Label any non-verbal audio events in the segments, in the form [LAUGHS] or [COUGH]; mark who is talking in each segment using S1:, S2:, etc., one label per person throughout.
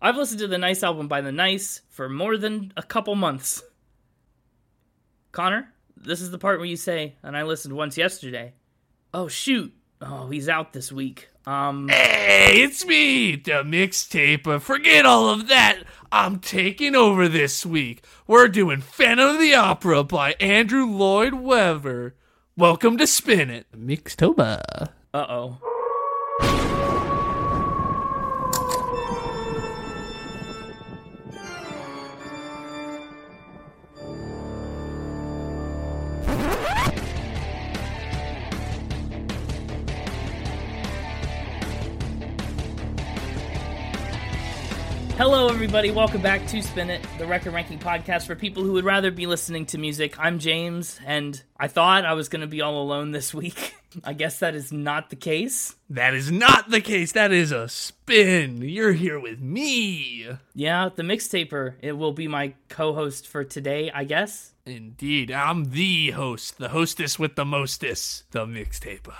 S1: I've listened to the Nice album by the Nice for more than a couple months. Connor, this is the part where you say, and I listened once yesterday. Oh shoot. Oh, he's out this week. Um
S2: Hey, it's me, the mixtaper. Forget all of that. I'm taking over this week. We're doing Phantom of the Opera by Andrew Lloyd Webber. Welcome to Spin It. Mixtober.
S1: uh-oh. Hello, everybody. Welcome back to Spin It, the record ranking podcast for people who would rather be listening to music. I'm James, and I thought I was going to be all alone this week. [LAUGHS] I guess that is not the case.
S2: That is not the case. That is a spin. You're here with me.
S1: Yeah, the mixtaper, it will be my co host for today, I guess.
S2: Indeed, I'm the host, the hostess with the mostess, the mixtaper.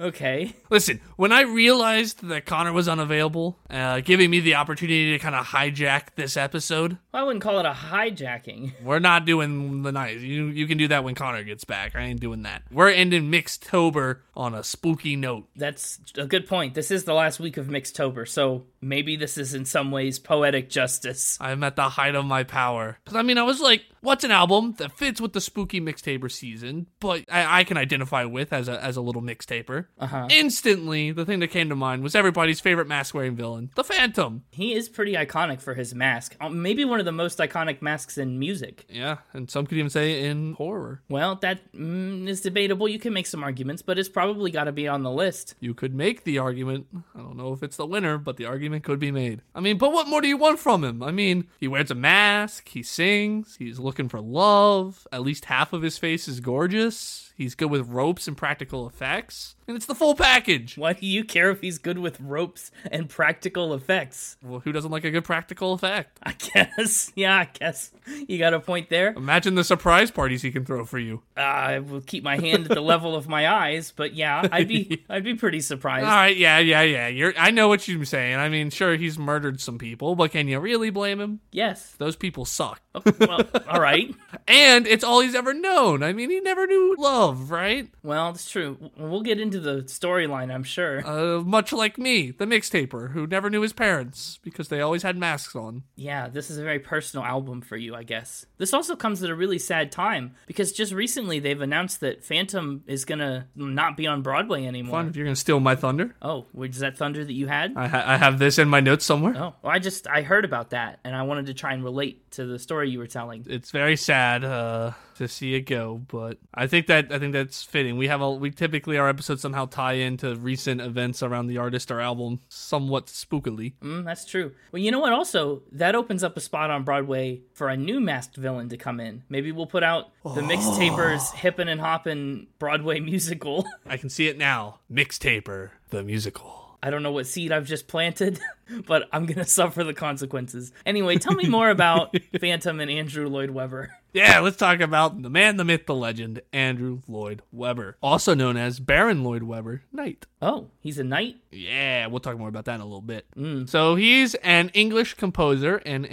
S1: Okay.
S2: Listen, when I realized that Connor was unavailable, uh, giving me the opportunity to kind of hijack this episode,
S1: I wouldn't call it a hijacking. [LAUGHS]
S2: we're not doing the night. You you can do that when Connor gets back. I ain't doing that. We're ending Mixtober on a spooky note.
S1: That's a good point. This is the last week of Mixtober, so maybe this is in some ways poetic justice.
S2: I'm at the height of my power. 'Cause, I mean, I was like, what's an album that fits with the spooky mixtaper season, but I, I can identify with as a as a little mixtaper.
S1: Uh-huh.
S2: Instantly, the thing that came to mind was everybody's favorite mask wearing villain, the Phantom.
S1: He is pretty iconic for his mask. Uh, Maybe one of the most iconic masks in music.
S2: Yeah, and some could even say in horror.
S1: Well, that mm, is debatable. You can make some arguments, but it's probably got to be on the list. [LAUGHS]
S2: You could make the argument. I don't know if it's the winner, but the argument could be made. I mean, but what more do you want from him? I mean, he wears a mask, he sings, he's looking for love, at least half of his face is gorgeous, he's good with ropes and practical effects, and it's the full package.
S1: Why do you care if he's good with ropes and practical effects?
S2: Well, who doesn't like a good practical effect?
S1: I [LAUGHS] guess. Yeah, I guess. You got a point there.
S2: Imagine the surprise parties he can throw for you.
S1: Uh, I will keep my hand at the level of my eyes, but yeah, I'd be I'd be pretty surprised.
S2: All right, yeah, yeah, yeah. You're I know what you're saying. I mean, sure he's murdered some people, but can you really blame him?
S1: Yes.
S2: Those people suck.
S1: Well, all right.
S2: And it's all he's ever known. I mean, he never knew love, right?
S1: Well, it's true. W- We'll get into the storyline, I'm sure.
S2: Uh, much like me, the mixtaper, who never knew his parents because they always had masks on.
S1: Yeah, this is a very personal album for you, I guess. This also comes at a really sad time because just recently they've announced that Phantom is gonna not be on Broadway anymore.
S2: Fun if you're gonna steal my thunder.
S1: Oh, was that thunder that you had?
S2: I, ha- I have this in my notes somewhere.
S1: Oh, well, I just I heard about that and I wanted to try and relate to the story you were telling.
S2: It's very sad uh, to see it go, but I think that I think that's fitting. We have a we typically our episodes somehow tie into recent events around the artist or album somewhat spookily.
S1: Mm, that's true. Well, you know what? Also, that opens up a spot on Broadway for a new masked villain to come in. Maybe we'll put out the mixtapers Hippin' and Hoppin' Broadway [LAUGHS] musical.
S2: I can see it now. Mixtaper, the musical.
S1: I don't know what seed I've just planted, [LAUGHS] but I'm going to [LAUGHS] suffer the consequences. Anyway, tell me more about Phantom and Andrew Lloyd Webber.
S2: Yeah, let's talk about the man, the myth, the legend, Andrew Lloyd Webber, also known as Baron Lloyd Webber, Knight.
S1: Oh, he's a knight?
S2: Yeah, we'll talk more about that in a little bit. So he's an English composer and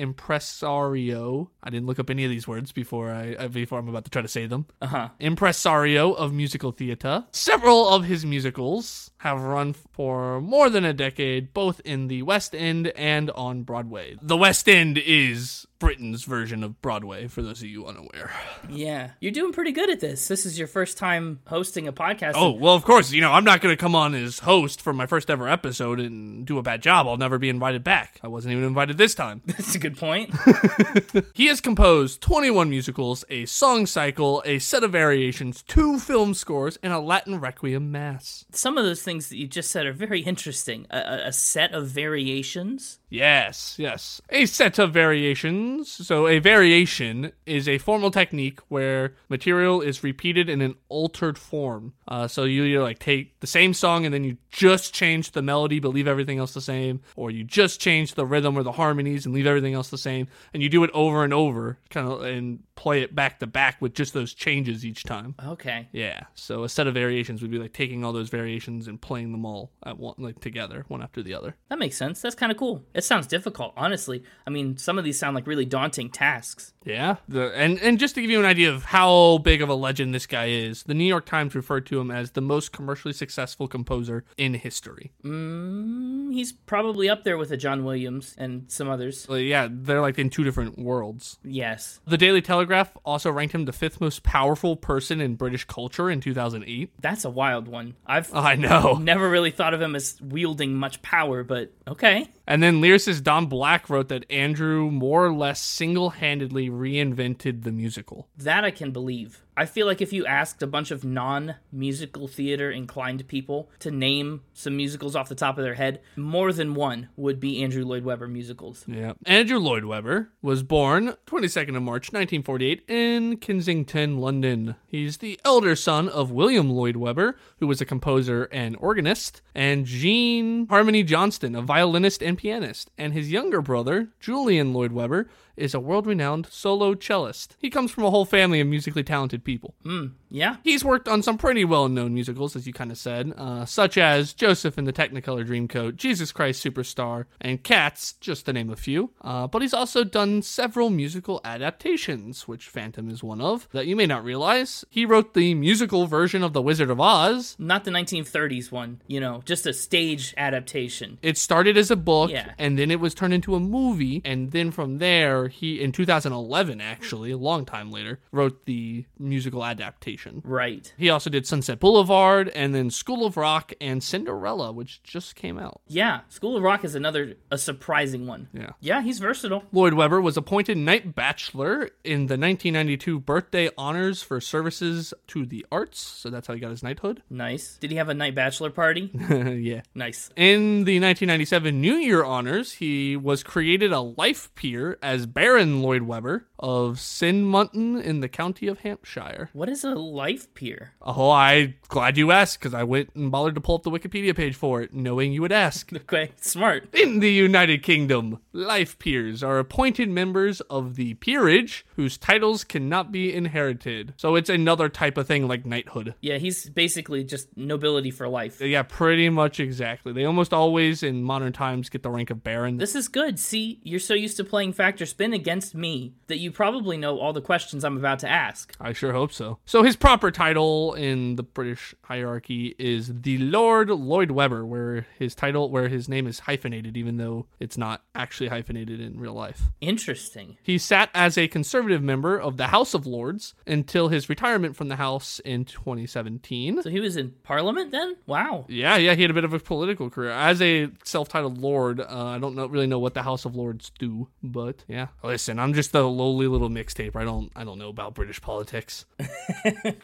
S2: impresario. I didn't look up any of these words before I uh, before I'm about to try to say them.
S1: Uh huh.
S2: Impresario of musical theater. Several of his musicals have run for more than a decade, both in the West End and on Broadway. The West End is Britain's version of Broadway, for those of you unaware.
S1: Yeah. You're doing pretty good at this. This is your first time hosting a podcast.
S2: Oh, well, of course, you know, I'm not going to come on as host for my first ever episode and do a bad job. I'll never be invited back. I wasn't even invited this time.
S1: [LAUGHS] That's a good point.
S2: he has composed 21 musicals, a song cycle, a set of variations, two film scores, and a Latin requiem mass.
S1: Some of those things that you just said are very interesting. A, a, a set of variations.
S2: Yes, yes. A set of variations. So, a variation is a formal technique where material is repeated in an altered form. Uh, so, you either like take the same song and then you just change the melody but leave everything else the same, or you just change the rhythm or the harmonies and leave everything else the same, and you do it over and over, kind of, and play it back to back with just those changes each time.
S1: Okay.
S2: Yeah. So, a set of variations would be like taking all those variations and playing them all at one, like together, one after the other.
S1: That makes sense. That's kind of cool. It sounds difficult, honestly. I mean, some of these sound like really daunting tasks.
S2: Yeah. The, and, and just to give you an idea of how big of a legend this guy is, the New York Times referred to him as the most commercially successful composer in history.
S1: Mm, he's probably up there with a John Williams and some others.
S2: So, yeah, they're like in two different worlds.
S1: Yes.
S2: The Daily Telegraph also ranked him the fifth most powerful person in British culture in 2008.
S1: That's a wild one. I've
S2: [LAUGHS] I know.
S1: never really thought of him as wielding much power, but okay.
S2: And then lyricist Don Black wrote that Andrew more or less single handedly reinvented the musical.
S1: That I can believe. I feel like if you asked a bunch of non musical theater inclined people to name some musicals off the top of their head, more than one would be Andrew Lloyd Webber musicals.
S2: Yeah. Andrew Lloyd Webber was born 22nd of March 1948 in Kensington, London. He's the elder son of William Lloyd Webber, who was a composer and organist, and Jean Harmony Johnston, a violinist and pianist, and his younger brother, Julian Lloyd Webber, is a world-renowned solo cellist. He comes from a whole family of musically talented people.
S1: Yeah?
S2: He's worked on some pretty well-known musicals, as you kind of said, uh, such as Joseph and the Technicolor Dreamcoat, Jesus Christ Superstar, and Cats, just to name a few. Uh, but he's also done several musical adaptations, which Phantom is one of, that you may not realize. He wrote the musical version of The Wizard of Oz.
S1: Not the 1930s one, you know, just a stage adaptation.
S2: It started as a book,
S1: Yeah.
S2: and then it was turned into a movie, and then from there, he in 2011, actually, a long time later, wrote the musical adaptation.
S1: Right.
S2: He also did Sunset Boulevard and then School of Rock and Cinderella, which just came out.
S1: Yeah, School of Rock is another a surprising one.
S2: Yeah.
S1: Yeah, he's versatile.
S2: Lloyd Webber was appointed Knight Bachelor in the 1992 Birthday Honors for Services to the Arts. So that's how he got his knighthood. [LAUGHS]
S1: Nice. Did he have a night bachelor party?
S2: yeah.
S1: nice.
S2: In the 1997 New Year Honors, he was created a life peer as Baron Lloyd Webber of Sinmunton in the county of Hampshire.
S1: What is a life peer? [LAUGHS]
S2: Oh, I glad you asked because I went and bothered to pull up the Wikipedia page for it, knowing you would ask.
S1: Okay, smart.
S2: In the United Kingdom, life peers are appointed members of the peerage whose titles cannot be inherited. So it's another type of thing like knighthood.
S1: Yeah, he's basically just nobility for life.
S2: Yeah, pretty much exactly. They almost always in modern times get the rank of baron.
S1: This is good. See, you're so used to playing Factor Spin against me that you probably know all the questions I'm about to ask.
S2: I sure hope so. So his proper title in the British hierarchy is the Lord Lloyd Webber, where his title where his name is hyphenated even though it's not actually hyphenated in real life.
S1: Interesting.
S2: He sat as a conservative member of the House of Lords until his retirement from the House in 2017.
S1: So he was in Parliament then? Wow.
S2: Yeah, yeah, he had a bit of a political career as a self-titled lord. Uh, I don't know, really know what the House of Lords do, but yeah. Listen, I'm just a lowly little mixtape. I don't, I don't know about British politics.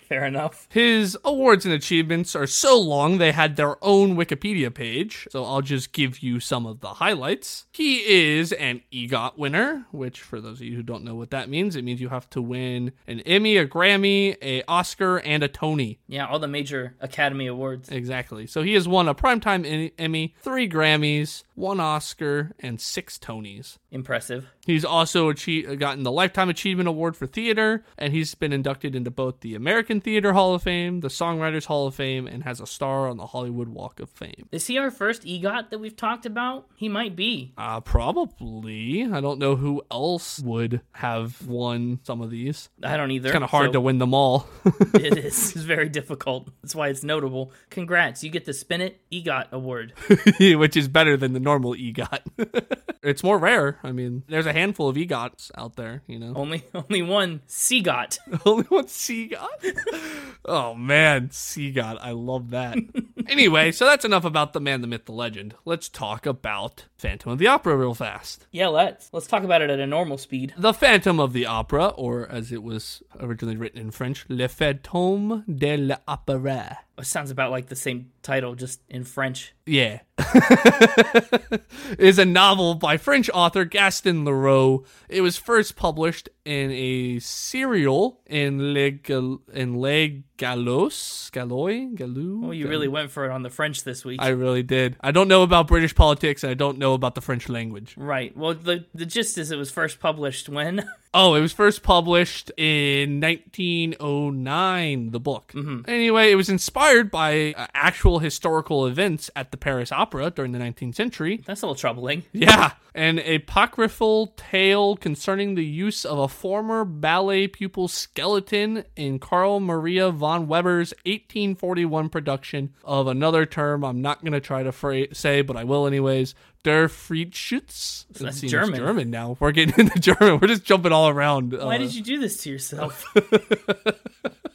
S1: Fair enough.
S2: His awards and achievements are so long they had their own Wikipedia page, so I'll just give you some of the highlights. He is an EGOT winner, which for those of you who don't know what that means, it means you have to win an Emmy, a Grammy, a Oscar, and a Tony.
S1: Yeah, all the major Academy Awards.
S2: Exactly. So he has won a primetime Em- Emmy, three Grammys, one Oscar, and six Tonys.
S1: Impressive.
S2: He's also achie- gotten the Lifetime Achievement Award for Theater, and he's been inducted into both the American Theater Hall of Fame, the Songwriters Hall of Fame, and has a star on the Hollywood Walk of Fame.
S1: Is he our first EGOT that we've talked about? He might be.
S2: Uh, probably. I don't know who else would have won some of these.
S1: I don't either.
S2: Kind of hard to win them all. [LAUGHS]
S1: [LAUGHS] it is. It's very difficult. That's why it's notable. Congrats. You get the Spin It EGOT award.
S2: which is better than the normal E EGOT. [LAUGHS] it's more rare. I mean, there's a handful of E EGOTs out there, you know.
S1: only only one CGOT.
S2: [LAUGHS] Only one CGOT? oh man, CGOT. I love that. anyway, so that's enough about the man, the myth, the legend. Let's talk about Phantom of the Opera real fast.
S1: Yeah, let's. Let's talk about it at a normal speed.
S2: The Phantom of the Opera, or as it was originally written in French, Le Fantôme de l'Opéra.
S1: It sounds about like the same title, just in French.
S2: Yeah. [LAUGHS] is a novel by French author Gaston Leroux. It was first published in a serial in Le, Gal- in Le Galos. Galois? Galou?
S1: Well, Oh, you really went for it on the French this week.
S2: I really did. I don't know about British politics and I don't know about the French language.
S1: right. Well, the the gist is it was first published when [LAUGHS]
S2: Oh, it was first published in 1909, the book. Anyway, it was inspired by uh, actual historical events at the Paris Opera during the 19th century.
S1: That's a little troubling.
S2: [LAUGHS] Yeah, an apocryphal tale concerning the use of a former ballet pupil's skeleton in Carl Maria von Weber's 1841 production of another term I'm not going to try to fra- say, but I will anyways. Der Friedschutz. It
S1: that's
S2: seems
S1: German.
S2: German now. We're getting [LAUGHS] into German. We're just jumping all around.
S1: Why
S2: uh,
S1: did you do this to yourself?
S2: [LAUGHS]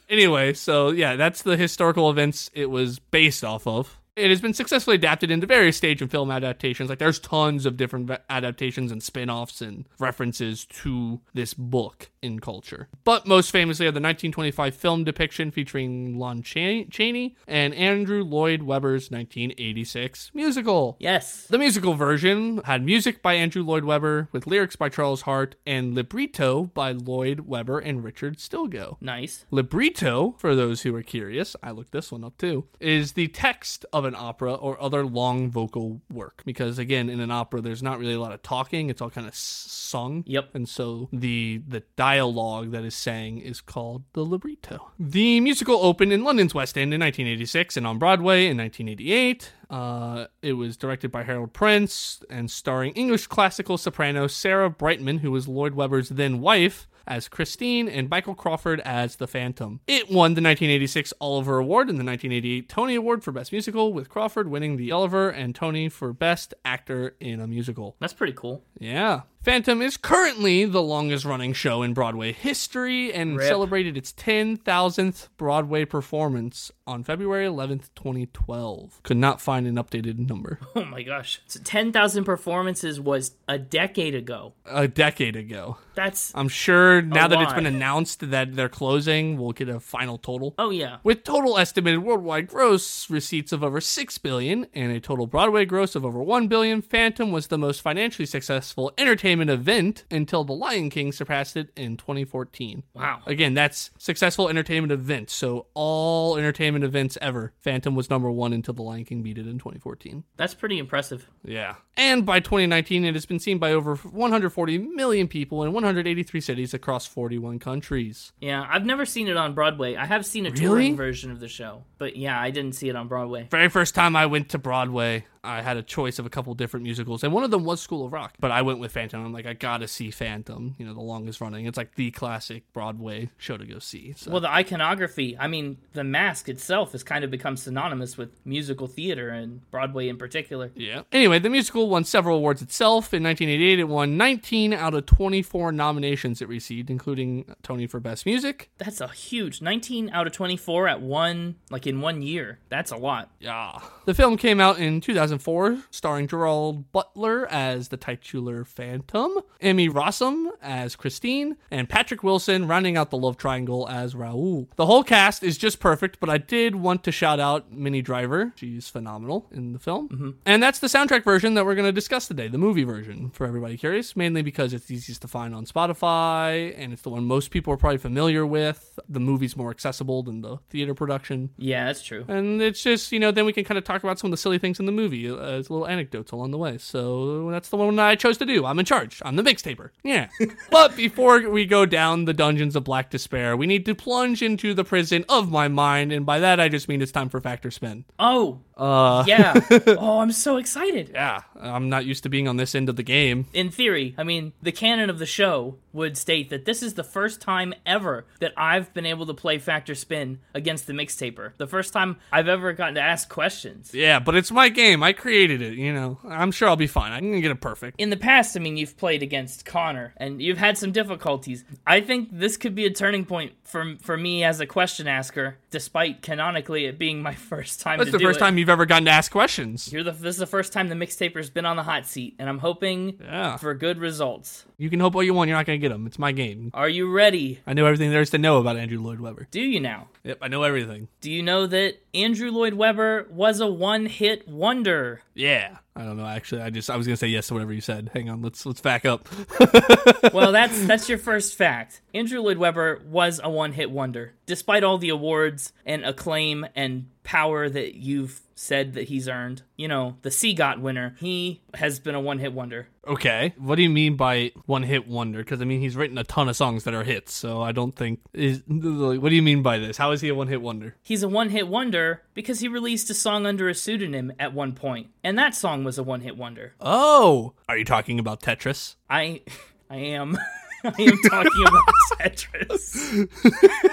S2: Anyway, so yeah, that's the historical events it was based off of. It has been successfully adapted into various stage and film adaptations. Like there's tons of different va- adaptations and spin-offs and references to this book in culture. But most famously are the 1925 film depiction featuring Lon Chan- Chaney and Andrew Lloyd Webber's 1986 musical.
S1: yes.
S2: The musical version had music by Andrew Lloyd Webber with lyrics by Charles Hart and libretto by Lloyd Webber and Richard Stilgo.
S1: Nice.
S2: Libretto, for those who are curious, I looked this one up too, is the text of an opera or other long vocal work. Because again, in an opera, there's not really a lot of talking; it's all kind of s- sung.
S1: Yep.
S2: And so the the dialogue that is sang is called the libretto. The musical opened in London's West End in 1986 and on Broadway in 1988. Uh, it was directed by Harold Prince and starring English classical soprano Sarah Brightman, who was Lloyd Webber's then wife, as Christine and Michael Crawford as the Phantom. It won the 1986 Oliver Award and the 1988 Tony Award for Best Musical, with Crawford winning the Oliver and Tony for Best Actor in a Musical.
S1: That's pretty cool. [LAUGHS]
S2: Yeah. Phantom is currently the longest running show in Broadway history and
S1: Rip.
S2: celebrated its 10,000th Broadway performance on February 11th, 2012. Could not find an updated number.
S1: Oh my gosh. So 10,000 performances was a decade ago.
S2: A decade ago.
S1: That's.
S2: I'm sure now that it's
S1: lot.
S2: been announced that they're closing, we'll get a final total.
S1: Oh yeah.
S2: With total estimated worldwide gross receipts of over 6 billion and a total Broadway gross of over 1 billion, Phantom was the most financially successful entertainment event until The Lion King surpassed it in 2014.
S1: Wow.
S2: Again, that's successful entertainment events. So all entertainment events ever, Phantom was number 1 until The Lion King beat it in 2014.
S1: That's pretty impressive.
S2: Yeah. And by 2019, it has been seen by over 140 million people in 183 cities across 41 countries.
S1: Yeah, I've never seen it on Broadway. I have seen a
S2: Really?
S1: touring version of the show, but yeah, I didn't see it on Broadway.
S2: very first time I went to Broadway, I had a choice of a couple different musicals, and one of them was School of Rock. But I went with Phantom. I'm like, I gotta see Phantom. You know, the longest running. It's like the classic Broadway show to go see. So.
S1: Well, the iconography, I mean, the mask itself has kind of become synonymous with musical theater and Broadway in particular.
S2: yeah. Anyway, the musical won several awards itself. In 1988, it won 19 out of 24 nominations it received, including Tony for Best Music.
S1: That's a huge 19 out of 24 at one, like in one year. That's a lot.
S2: Yeah. The film came out in 2004, starring Gerald Butler as the titular Phantom, Emmy Rossum as Christine, and Patrick Wilson rounding out the love triangle as Raoul. The whole cast is just perfect, but I did want to shout out Minnie Driver. She's phenomenal in the film. And that's the soundtrack version that we're going to discuss today, the movie version, for everybody curious, mainly because it's easiest to find on Spotify, and it's the one most people are probably familiar with. The movie's more accessible than the theater production.
S1: Yeah, that's true.
S2: And it's just, you know, then we can kind of talk about some of the silly things in the movie uh, as little anecdotes along the way. So that's the one I chose to do. I'm in charge. I'm the mixtaper. [LAUGHS] Yeah. but before we go down the dungeons of Black Despair, we need to plunge into the prison of my mind. And by that, I just mean it's time for Factor Spin.
S1: Oh, yeah. oh, I'm so excited.
S2: Yeah. I'm not used to being on this end of the game.
S1: In theory, I mean, the canon of the show would state that this is the first time ever that I've been able to play Factor Spin against the mixtaper. The first time I've ever gotten to ask questions.
S2: Yeah, but it's my game. I created it, you know. I'm sure I'll be fine. I'm going to get it perfect.
S1: In the past, I mean, you've played against Connor and you've had some difficulties. I think this could be a turning point for, for me as a question asker, despite canonically it being my [LAUGHS] first time
S2: That's
S1: to
S2: the
S1: do
S2: first
S1: it.
S2: time you've ever gotten to ask questions.
S1: You're the, this is the first time the mixtaper's been on the hot seat, and I'm hoping
S2: Yeah.
S1: for good results.
S2: You can hope all you want. You're not going to get them. It's my game.
S1: Are you ready?
S2: I know everything there is to know about Andrew Lloyd Webber.
S1: Do you now?
S2: Yep, I know everything.
S1: Do you know that Andrew Lloyd Webber was a one hit wonder?
S2: Yeah. I don't know. Actually, I just I was gonna say yes to whatever you said. Hang on. Let's let's back up.
S1: Well, that's that's your first fact. Andrew Lloyd Webber was a one hit wonder, despite all the awards and acclaim and power that you've said that he's earned. You know, the CGOT winner. He has been a one hit wonder.
S2: Okay. What do you mean by one hit wonder? Because I mean, he's written a ton of songs that are hits, so I don't think is. Like, what do you mean by this? How is he a one hit wonder?
S1: He's a one hit wonder because he released a song under a pseudonym at one point, and that song was a one hit wonder.
S2: Oh, are you talking about Tetris?
S1: I, [LAUGHS] I am. I am talking about Tetris.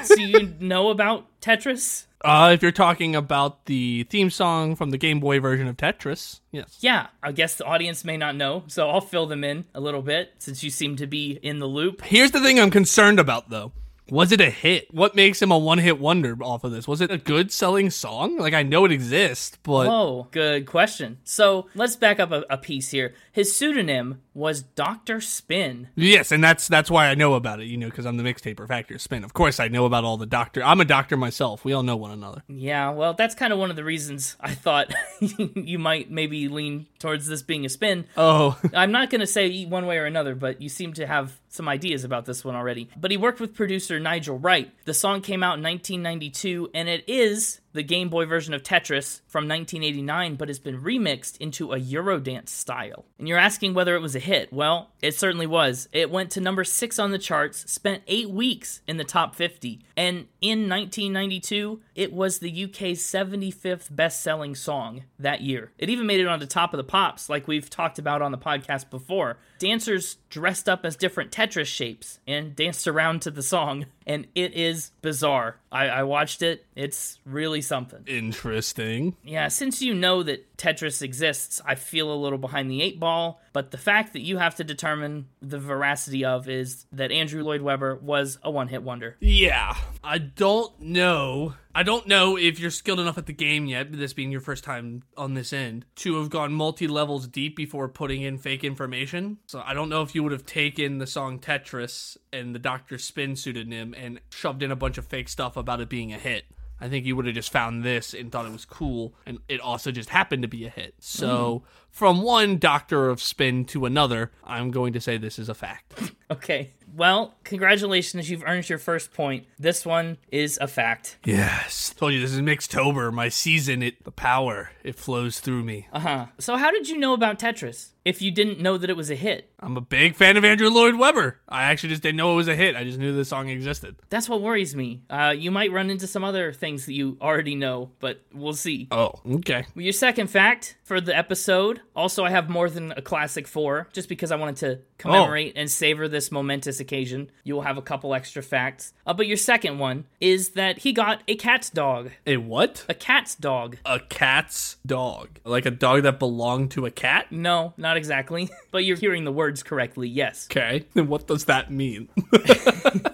S1: so you know about Tetris?
S2: Uh, if you're talking about the theme song from the Game Boy version of Tetris, yes.
S1: Yeah, I guess the audience may not know, so I'll fill them in a little bit since you seem to be in the loop.
S2: Here's the thing I'm concerned about, though. Was it a hit? What makes him a one hit wonder off of this? Was it a good selling song? Like, I know it exists, but.
S1: Whoa, Oh, good question. So let's back up a, a piece here. His pseudonym was Dr. Spin.
S2: Yes, and that's that's why I know about it, you know, because I'm the mixtaper factor spin. Of course, I know about all the doctor. I'm a doctor myself. We all know one another.
S1: Yeah, well, that's kind of one of the reasons I thought [LAUGHS] you might maybe lean towards this being a spin.
S2: Oh,
S1: I'm not going to say one way or another, but you seem to have some ideas about this one already. But he worked with producer Nigel Wright. The song came out in 1992, and it is the Game Boy version of Tetris from 1989, but has been remixed into a Eurodance style. And you're asking whether it was a hit. Well, it certainly was. It went to number six on the charts, spent eight weeks in the top 50, and in 1992, it was the UK's 75th best selling song that year. It even made it onto Top of the Pops, like we've talked about on the podcast before. Dancers dressed up as different Tetris shapes and danced around to the song, and it is bizarre. I, I watched it, it's really something.
S2: [LAUGHS] interesting.
S1: Yeah, since you know that Tetris exists, I feel a little behind the eight ball, but the fact that you have to determine the veracity of is that Andrew Lloyd Webber was a one hit wonder.
S2: Yeah. I don't know. I don't know if you're skilled enough at the game yet, this being your first time on this end, to have gone multi levels deep before putting in fake information. So I don't know if you would have taken the song Tetris and the Dr. Spin pseudonym and shoved in a bunch of fake stuff about it being a hit. I think you would have just found this and thought it was cool, and it also just happened to be a hit. So, from one doctor of spin to another, I'm going to say this is a fact.
S1: Okay, well, congratulations, you've earned your first point. This one is a fact.
S2: Yes. Told you this is Mixtober, my season, it the power, it flows through me.
S1: Uh huh. So, how did you know about Tetris if you didn't know that it was a hit?
S2: I'm a big fan of Andrew Lloyd Webber. I actually just didn't know it was a hit. I just knew the song existed.
S1: That's what worries me. Uh, you might run into some other things that you already know, but we'll see.
S2: Oh, okay.
S1: Well, Your second fact for the episode. Also, I have more than a classic four, just because I wanted to commemorate and savor this momentous occasion. You will have a couple extra facts. Uh, but your second one is that he got a cat's dog.
S2: A what?
S1: A cat's dog.
S2: A cat's dog. Like a dog that belonged to a cat?
S1: No, not exactly. [LAUGHS] but you're hearing the words correctly, yes.
S2: Okay. Then [LAUGHS] what does that mean?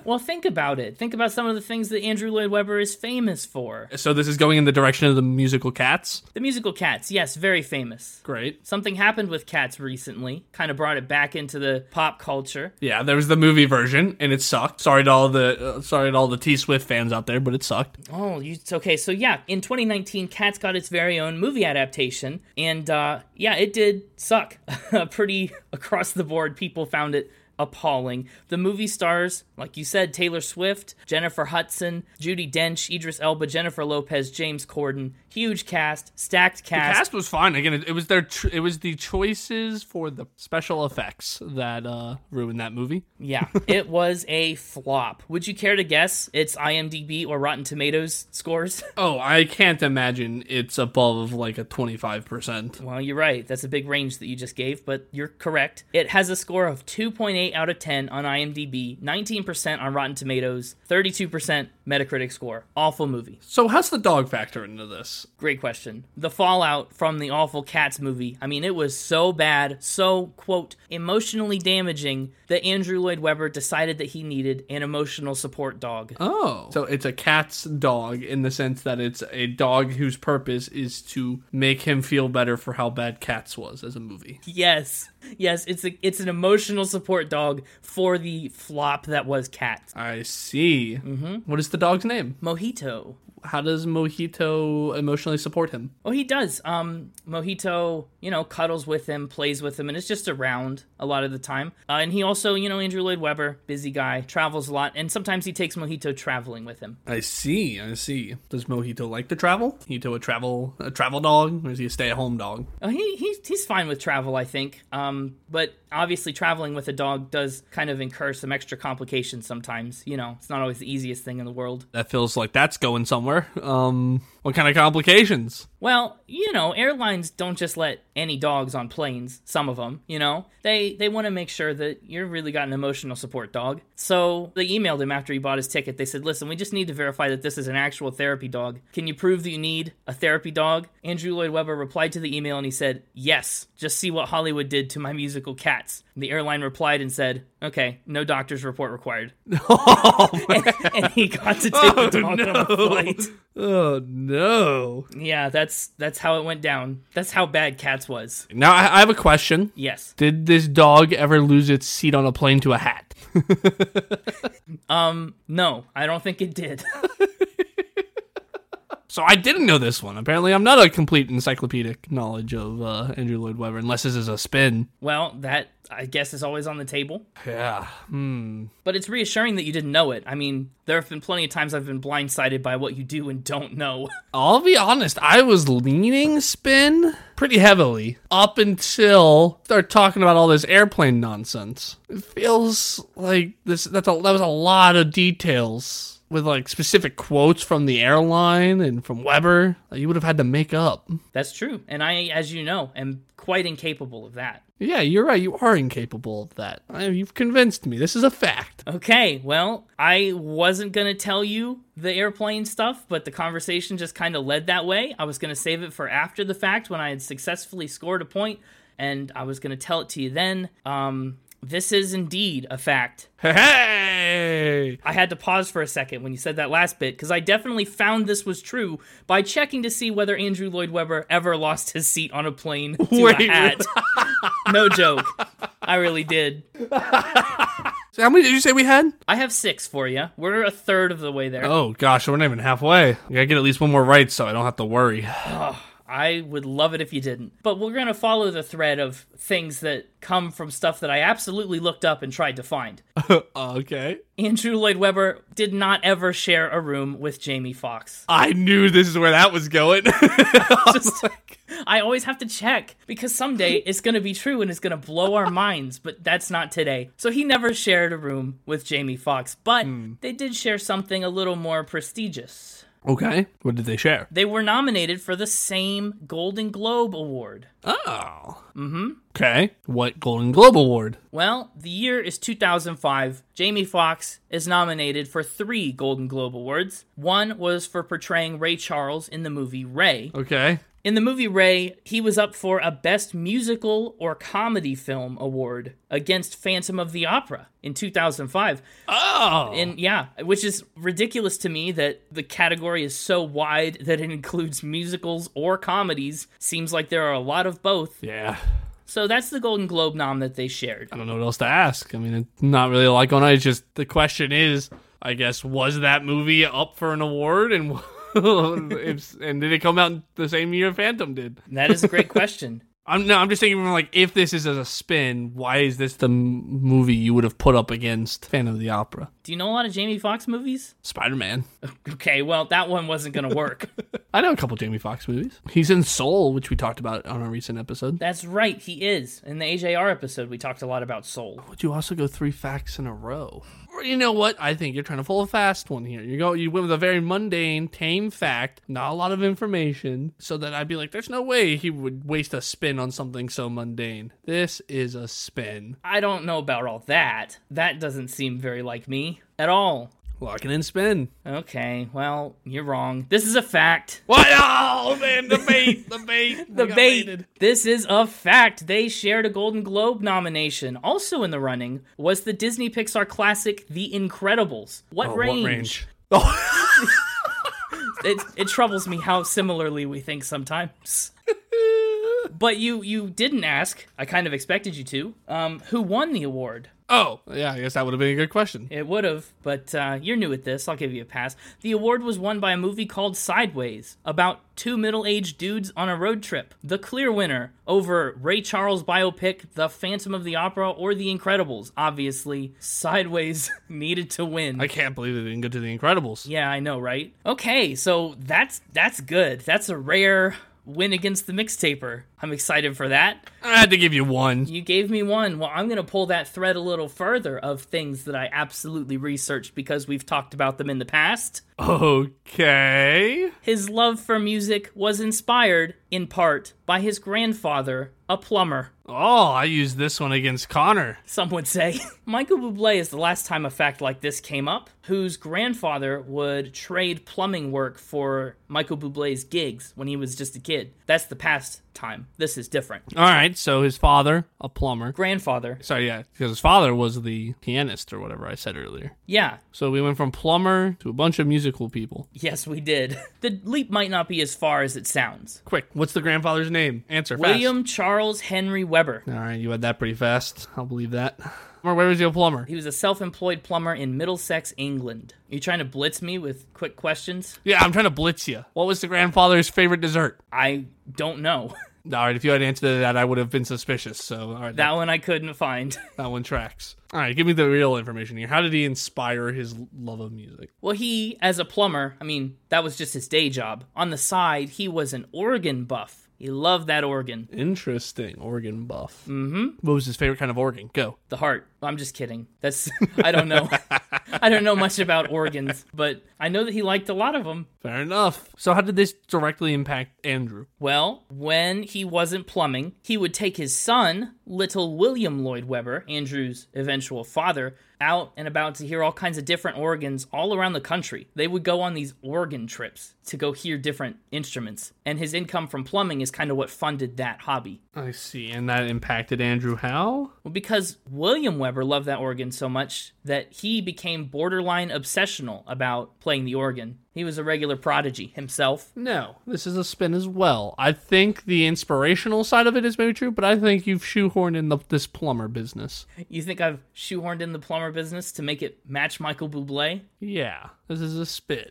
S1: Well, think about it. Think about some of the things that Andrew Lloyd Webber is famous for.
S2: so this is going in the direction of the musical cats?
S1: The musical Cats, yes, very famous.
S2: Great.
S1: Something happened with Cats recently, kind of brought it back into the pop culture.
S2: Yeah, there was the movie version and it sucked. Sorry to all the uh, sorry to all the T Swift fans out there, but it sucked.
S1: Oh, you, it's okay. So yeah, in 2019, Cats got its very own movie adaptation, and uh, yeah, it did suck. [LAUGHS] Pretty across the board, people found it appalling. The movie stars, like you said, Taylor Swift, Jennifer Hudson, Judy Dench, Idris Elba, Jennifer Lopez, James Corden. Huge cast, stacked cast.
S2: cast was fine. Again, it, it was their tr- it was the choices for the special effects that uh, ruined that movie.
S1: Yeah, it was a flop. Would you care to guess its IMDb or Rotten Tomatoes scores?
S2: Oh, I can't imagine it's above like a twenty five percent.
S1: Well, you're right. That's a big range that you just gave, but you're correct. It has a score of 2.8 out of 10 on IMDb, 19% on Rotten Tomatoes, 32% Metacritic score. Awful movie.
S2: So how's the dog factor into this?
S1: Great question. The fallout from the awful Cats movie. I mean, it was so bad, so, quote, emotionally damaging that Andrew Lloyd Webber decided that he needed an emotional support dog.
S2: Oh, so it's a cat's dog in the sense that it's a dog whose purpose is to make him feel better for how bad Cats was as a movie.
S1: Yes. Yes, it's a it's an emotional support dog for the flop that was Cats.
S2: I see. Mm-hmm. is the dog's name?
S1: Mojito.
S2: how does Mojito emotionally support him?
S1: Oh, he does. Um, Mojito, you know, cuddles with him, plays with him, and is just around a lot of the time. Uh, and he also, you know, Andrew Lloyd Webber, busy guy, travels a lot, and sometimes he takes Mojito traveling with him.
S2: I see, I see. Does Mojito like to travel? Mojito a travel a travel dog, or is he a stay at home dog?
S1: Uh, he, he he's fine with travel, I think. Um, but obviously, traveling with a dog does kind of incur some extra complications sometimes. You know, it's not always the easiest thing in the world.
S2: That feels like that's going somewhere. Um, what kind of complications?
S1: Well, you know, airlines don't just let any dogs on planes. Some of them, you know, they they want to make sure that you're really got an emotional support dog. So they emailed him after he bought his ticket. They said, "Listen, we just need to verify that this is an actual therapy dog. Can you prove that you need a therapy dog?" Andrew Lloyd Webber replied to the email and he said, "Yes. Just see what Hollywood did to my musical cats." The airline replied and said, "Okay, no doctor's report required."
S2: [LAUGHS] oh, man.
S1: [LAUGHS]
S2: Oh,
S1: and he got to take the dog on the
S2: no.
S1: flight.
S2: oh no!
S1: Yeah, that's that's how it went down. That's how bad cats was.
S2: Now I, I have a question.
S1: Yes.
S2: Did this dog ever lose its seat on a plane to a hat?
S1: Um, no, I don't think it did. [LAUGHS]
S2: So I didn't know this one. Apparently, I'm not a complete encyclopedic knowledge of uh, Andrew Lloyd Webber, unless this is a spin.
S1: well, that I guess is always on the table,
S2: Yeah.
S1: but it's reassuring that you didn't know it. I mean, there have been plenty of times I've been blindsided by what you do and don't know. [LAUGHS]
S2: I'll be honest. I was leaning spin pretty heavily up until start talking about all this airplane nonsense. It feels like this. That's a, that was a lot of details with like specific quotes from the airline and from Weber that you would have had to make up.
S1: That's true, and I, as you know, am quite incapable of that.
S2: Yeah, you're right. You are incapable of that. I, you've convinced me. This is a fact. [LAUGHS]
S1: Okay, well, I wasn't gonna tell you the airplane stuff, but the conversation just kind of led that way. I was gonna save it for after the fact when I had successfully scored a point, and I was gonna tell it to you then. Um, this is indeed a fact.
S2: Hey!
S1: I had to pause for a second when you said that last bit because I definitely found this was true by checking to see whether Andrew Lloyd Webber ever lost his seat on a plane to
S2: Wait.
S1: a hat. no joke, I really did.
S2: So how many did you say we had?
S1: I have six for you. We're a third of the way there.
S2: Oh gosh, we're not even halfway. I gotta get at least one more right so I don't have to worry.
S1: I would love it if you didn't. But we're gonna follow the thread of things that come from stuff that I absolutely looked up and tried to find.
S2: okay.
S1: Andrew Lloyd Webber did not ever share a room with Jamie Foxx.
S2: I knew this is where that was going. [LAUGHS]
S1: just I always have to check because someday it's going to be true and it's going to blow our minds, but that's not today. So he never shared a room with Jamie Foxx, but they did share something a little more prestigious.
S2: okay. What did they share?
S1: They were nominated for the same Golden Globe Award.
S2: Oh. Mm-hmm. Okay. What Golden Globe Award?
S1: Well, the year is 2005. Jamie Foxx is nominated for three Golden Globe Awards. One was for portraying Ray Charles in the movie Ray.
S2: Okay.
S1: In the movie Ray, he was up for a Best Musical or Comedy Film award against Phantom of the Opera in 2005.
S2: Oh.
S1: And yeah, which is ridiculous to me that the category is so wide that it includes musicals or comedies. Seems like there are a lot of both.
S2: yeah.
S1: So that's the Golden Globe nom that they shared.
S2: I don't know what else to ask. I mean, it's not really a lot going on. It's just the question is, I guess, was that movie up for an award and [LAUGHS] if, and did it come out the same year Phantom did?
S1: That is a great question.
S2: I'm no, I'm just thinking from like if this is as a spin, why is this the m- movie you would have put up against Phantom of the Opera,
S1: Do you know a lot of Jamie Foxx movies?
S2: Spider Man?
S1: Okay, well, that one wasn't going to work.
S2: I know a couple Jamie Foxx movies. He's in Soul, which we talked about on a recent
S1: [LAUGHS]
S2: episode.
S1: That's right, he is. In the AJR episode, we talked a lot about Soul.
S2: Would you also go three facts in a row? Or you know what? I think you're trying to pull a fast one here. You go, you went with a very mundane, tame fact, not a lot of information, so that I'd be like, there's no way he would waste a spin on something so mundane. This is a spin.
S1: I don't know about all that. That doesn't seem very like me at all.
S2: Locking in spin.
S1: Okay, well, you're wrong. This is a fact.
S2: What? Oh man, the bait, the
S1: [LAUGHS]
S2: bait, We
S1: The
S2: got
S1: bait.
S2: baited.
S1: This is a fact. They shared a Golden Globe nomination. Also in the running was the Disney Pixar classic The Incredibles. What
S2: Oh, what
S1: range?
S2: range?
S1: It, it troubles me how similarly we think sometimes. but you you didn't ask. I kind of expected you to. Um, who won the award?
S3: Oh,
S2: Yeah, I guess that would have been a good question.
S1: It would have, but uh, you're new at this. I'll give you a pass. The award was won by a movie called Sideways, about two middle aged dudes on a road trip. The clear winner over Ray Charles biopic The Phantom of the Opera or The Incredibles. Obviously, Sideways [LAUGHS] needed to win.
S2: I can't believe they didn't go to the Incredibles.
S1: yeah, I know, right? Okay, so that's that's good. That's a rare win against the mixtaper. I'm excited for that.
S2: I had to give you one.
S1: You gave me one. Well, I'm going to pull that thread a little further of things that I absolutely researched because we've talked about them in the past.
S2: Okay.
S1: His love for music was inspired, in part, by his grandfather, a plumber.
S2: Oh, I used this one against Connor.
S1: Some would say. [LAUGHS] Michael Bublé is the last time a fact like this came up, whose grandfather would trade plumbing work for Michael Bublé's gigs when he was just a kid. That's the past time. This is different.
S2: All right, so his father, a plumber.
S1: Grandfather.
S2: Sorry, yeah, because his father was the pianist or whatever I said earlier.
S1: Yeah,
S2: So we went from plumber to a bunch of musical people.
S1: yes, we did. [LAUGHS] The leap might not be as far as it sounds.
S2: Quick, what's the grandfather's name? Answer fast.
S1: William Charles Henry Weber.
S2: All right, you had that pretty fast. I'll believe that. Or where was your plumber?
S1: He was a self employed plumber in Middlesex, England. Are you trying to blitz me with quick questions?
S2: Yeah, I'm trying to blitz you. What was the grandfather's favorite dessert?
S1: I don't know. [LAUGHS]
S2: All right, if you had answered that, I would have been suspicious. So, all right, that,
S1: That one I couldn't find.
S2: that one tracks. All right, give me the real information here. How did he inspire his love of music?
S1: Well, he, as a plumber, I mean, that was just his day job. On the side, he was an organ buff. He loved that organ.
S2: Interesting. Organ buff. Mm-hmm. What was his favorite kind of organ? Go.
S1: The heart. I'm just kidding. That's, [LAUGHS] I don't know. I don't know much about organs, but I know that he liked a lot of them.
S2: Fair enough. So, how did this directly impact Andrew?
S1: Well, when he wasn't plumbing, he would take his son, little William Lloyd Webber, Andrew's eventual father, out and about to hear all kinds of different organs all around the country. They would go on these organ trips to go hear different instruments, and his income from plumbing is kind of what funded that hobby.
S2: I see. And that impacted Andrew how?
S1: Well, because William Weber loved that organ so much that he became borderline obsessional about playing the organ. He was a regular prodigy himself.
S2: No, this is a spin as well. I think the inspirational side of it is maybe true, but I think you've shoehorned in the, this plumber business.
S1: You think I've shoehorned in the plumber business to make it match Michael Bublé?
S2: Yeah, this is a spin.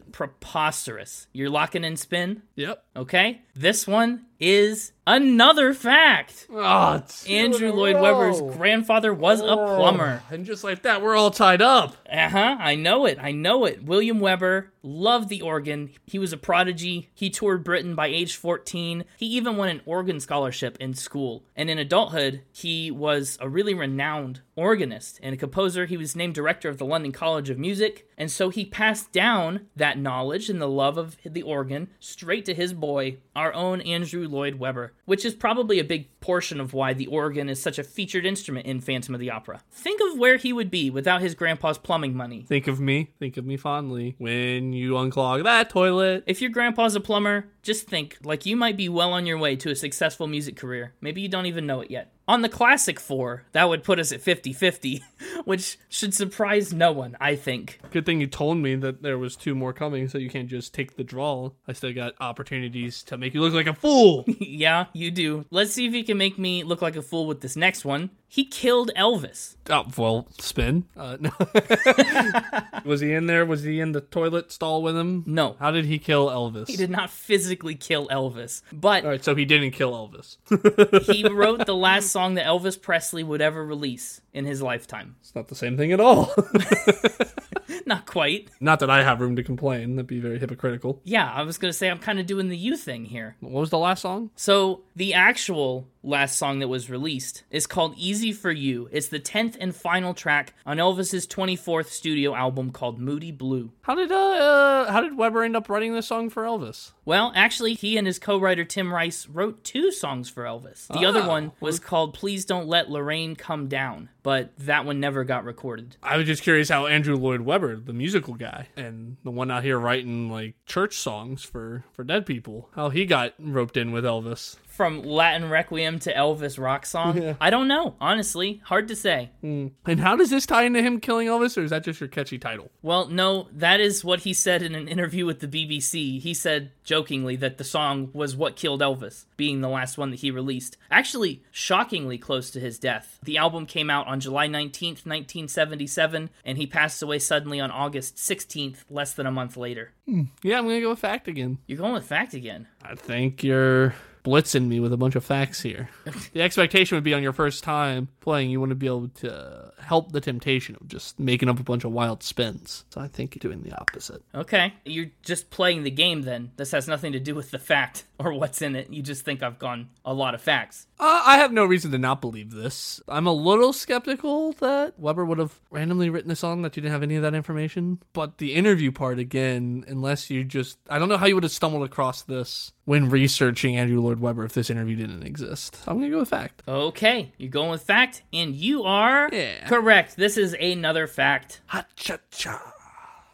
S1: preposterous. You're locking in spin,
S2: Yep.
S1: okay? This one is another fact.
S2: Oh, it's
S1: Andrew Lloyd Webber's grandfather was a plumber.
S2: Oh. And just like that, we're all tied up.
S1: Uh huh. I know it. I know it. William Weber loved the organ. He was a prodigy. He toured Britain by age 14. He even won an organ scholarship in school. And in adulthood, he was a really renowned organist and a composer. He was named director of the London College of Music. And so he passed down that knowledge and the love of the organ straight to his boy, our own Andrew Lloyd Webber, which is probably a big portion of why the organ is such a featured instrument in Phantom of the Opera. Think of where he would be without his grandpa's plumbing money.
S2: Think of me. Think of me fondly when you unclog that toilet.
S1: If your grandpa's a plumber, just think like you might be well on your way to a successful music career. Maybe you don't even know it yet. On the classic four, that would put us at 50 50, [LAUGHS] which should surprise no one, I think. [LAUGHS]
S2: Good thing you told me that there was two more coming, so you can't just take the draw. I still got opportunities to make you look like a fool.
S1: yeah, you do. Let's see if you can make me look like a fool with this next one. He killed Elvis.
S2: [LAUGHS] oh well, spin. Uh, no. [LAUGHS] was he in there? Was he in the toilet stall with him?
S1: No,
S2: How did he kill Elvis?
S1: he did not physically kill Elvis, but
S2: All right, so he didn't kill Elvis. [LAUGHS]
S1: he wrote the last song that Elvis Presley would ever release in his lifetime.
S2: it's not the same thing at all. [LAUGHS]
S1: Not quite.
S2: not that I have room to complain. That'd be very hypocritical.
S1: Yeah, I was going to say I'm kind of doing the you thing here.
S2: What was the last song?
S1: So, the actual last song that was released is called Easy for You. It's the 10th and final track on Elvis's 24th studio album called Moody Blue.
S2: How did uh, uh how did Weber end up writing this song for Elvis?
S1: Well, actually, he and his co writer Tim Rice wrote two songs for Elvis. The other one was called Please Don't Let Lorraine Come Down, but that one never got recorded.
S2: I was just curious how Andrew Lloyd Webber, the musical guy, and the one out here writing like church songs for for dead people, how he got roped in with Elvis.
S1: from Latin Requiem to Elvis rock song? I don't know, honestly. Hard to say.
S2: And how does this tie into him killing Elvis, or is that just your catchy title?
S1: Well, no, that is what he said in an interview with the BBC. He said jokingly that the song was what killed Elvis, being the last one that he released. Actually, shockingly close to his death. The album came out on July 19th, 1977, and he passed away suddenly on August 16th, less than a month later.
S2: Yeah, I'm gonna go with fact again.
S1: You're going with fact again.
S2: I think you're blitzing me with a bunch of facts [LAUGHS] here. the expectation would be on your first time playing, you want to be able to help the temptation of just making up a bunch of wild spins. So I think you're doing the opposite.
S1: Okay. You're just playing the game then. This has nothing to do with the fact [LAUGHS] or what's in it. You just think I've gone a lot of facts.
S2: Uh, I have no reason to not believe this. I'm a little skeptical that Weber would have randomly written this song that you didn't have any of that information. But the interview part again, unless you just, I don't know how you would have stumbled across this when researching Andrew Lloyd Webber if this interview didn't exist. I'm gonna go with fact.
S1: Okay, you're going with fact, and you are
S2: Yeah.
S1: correct. This is another fact.
S2: Ha cha cha.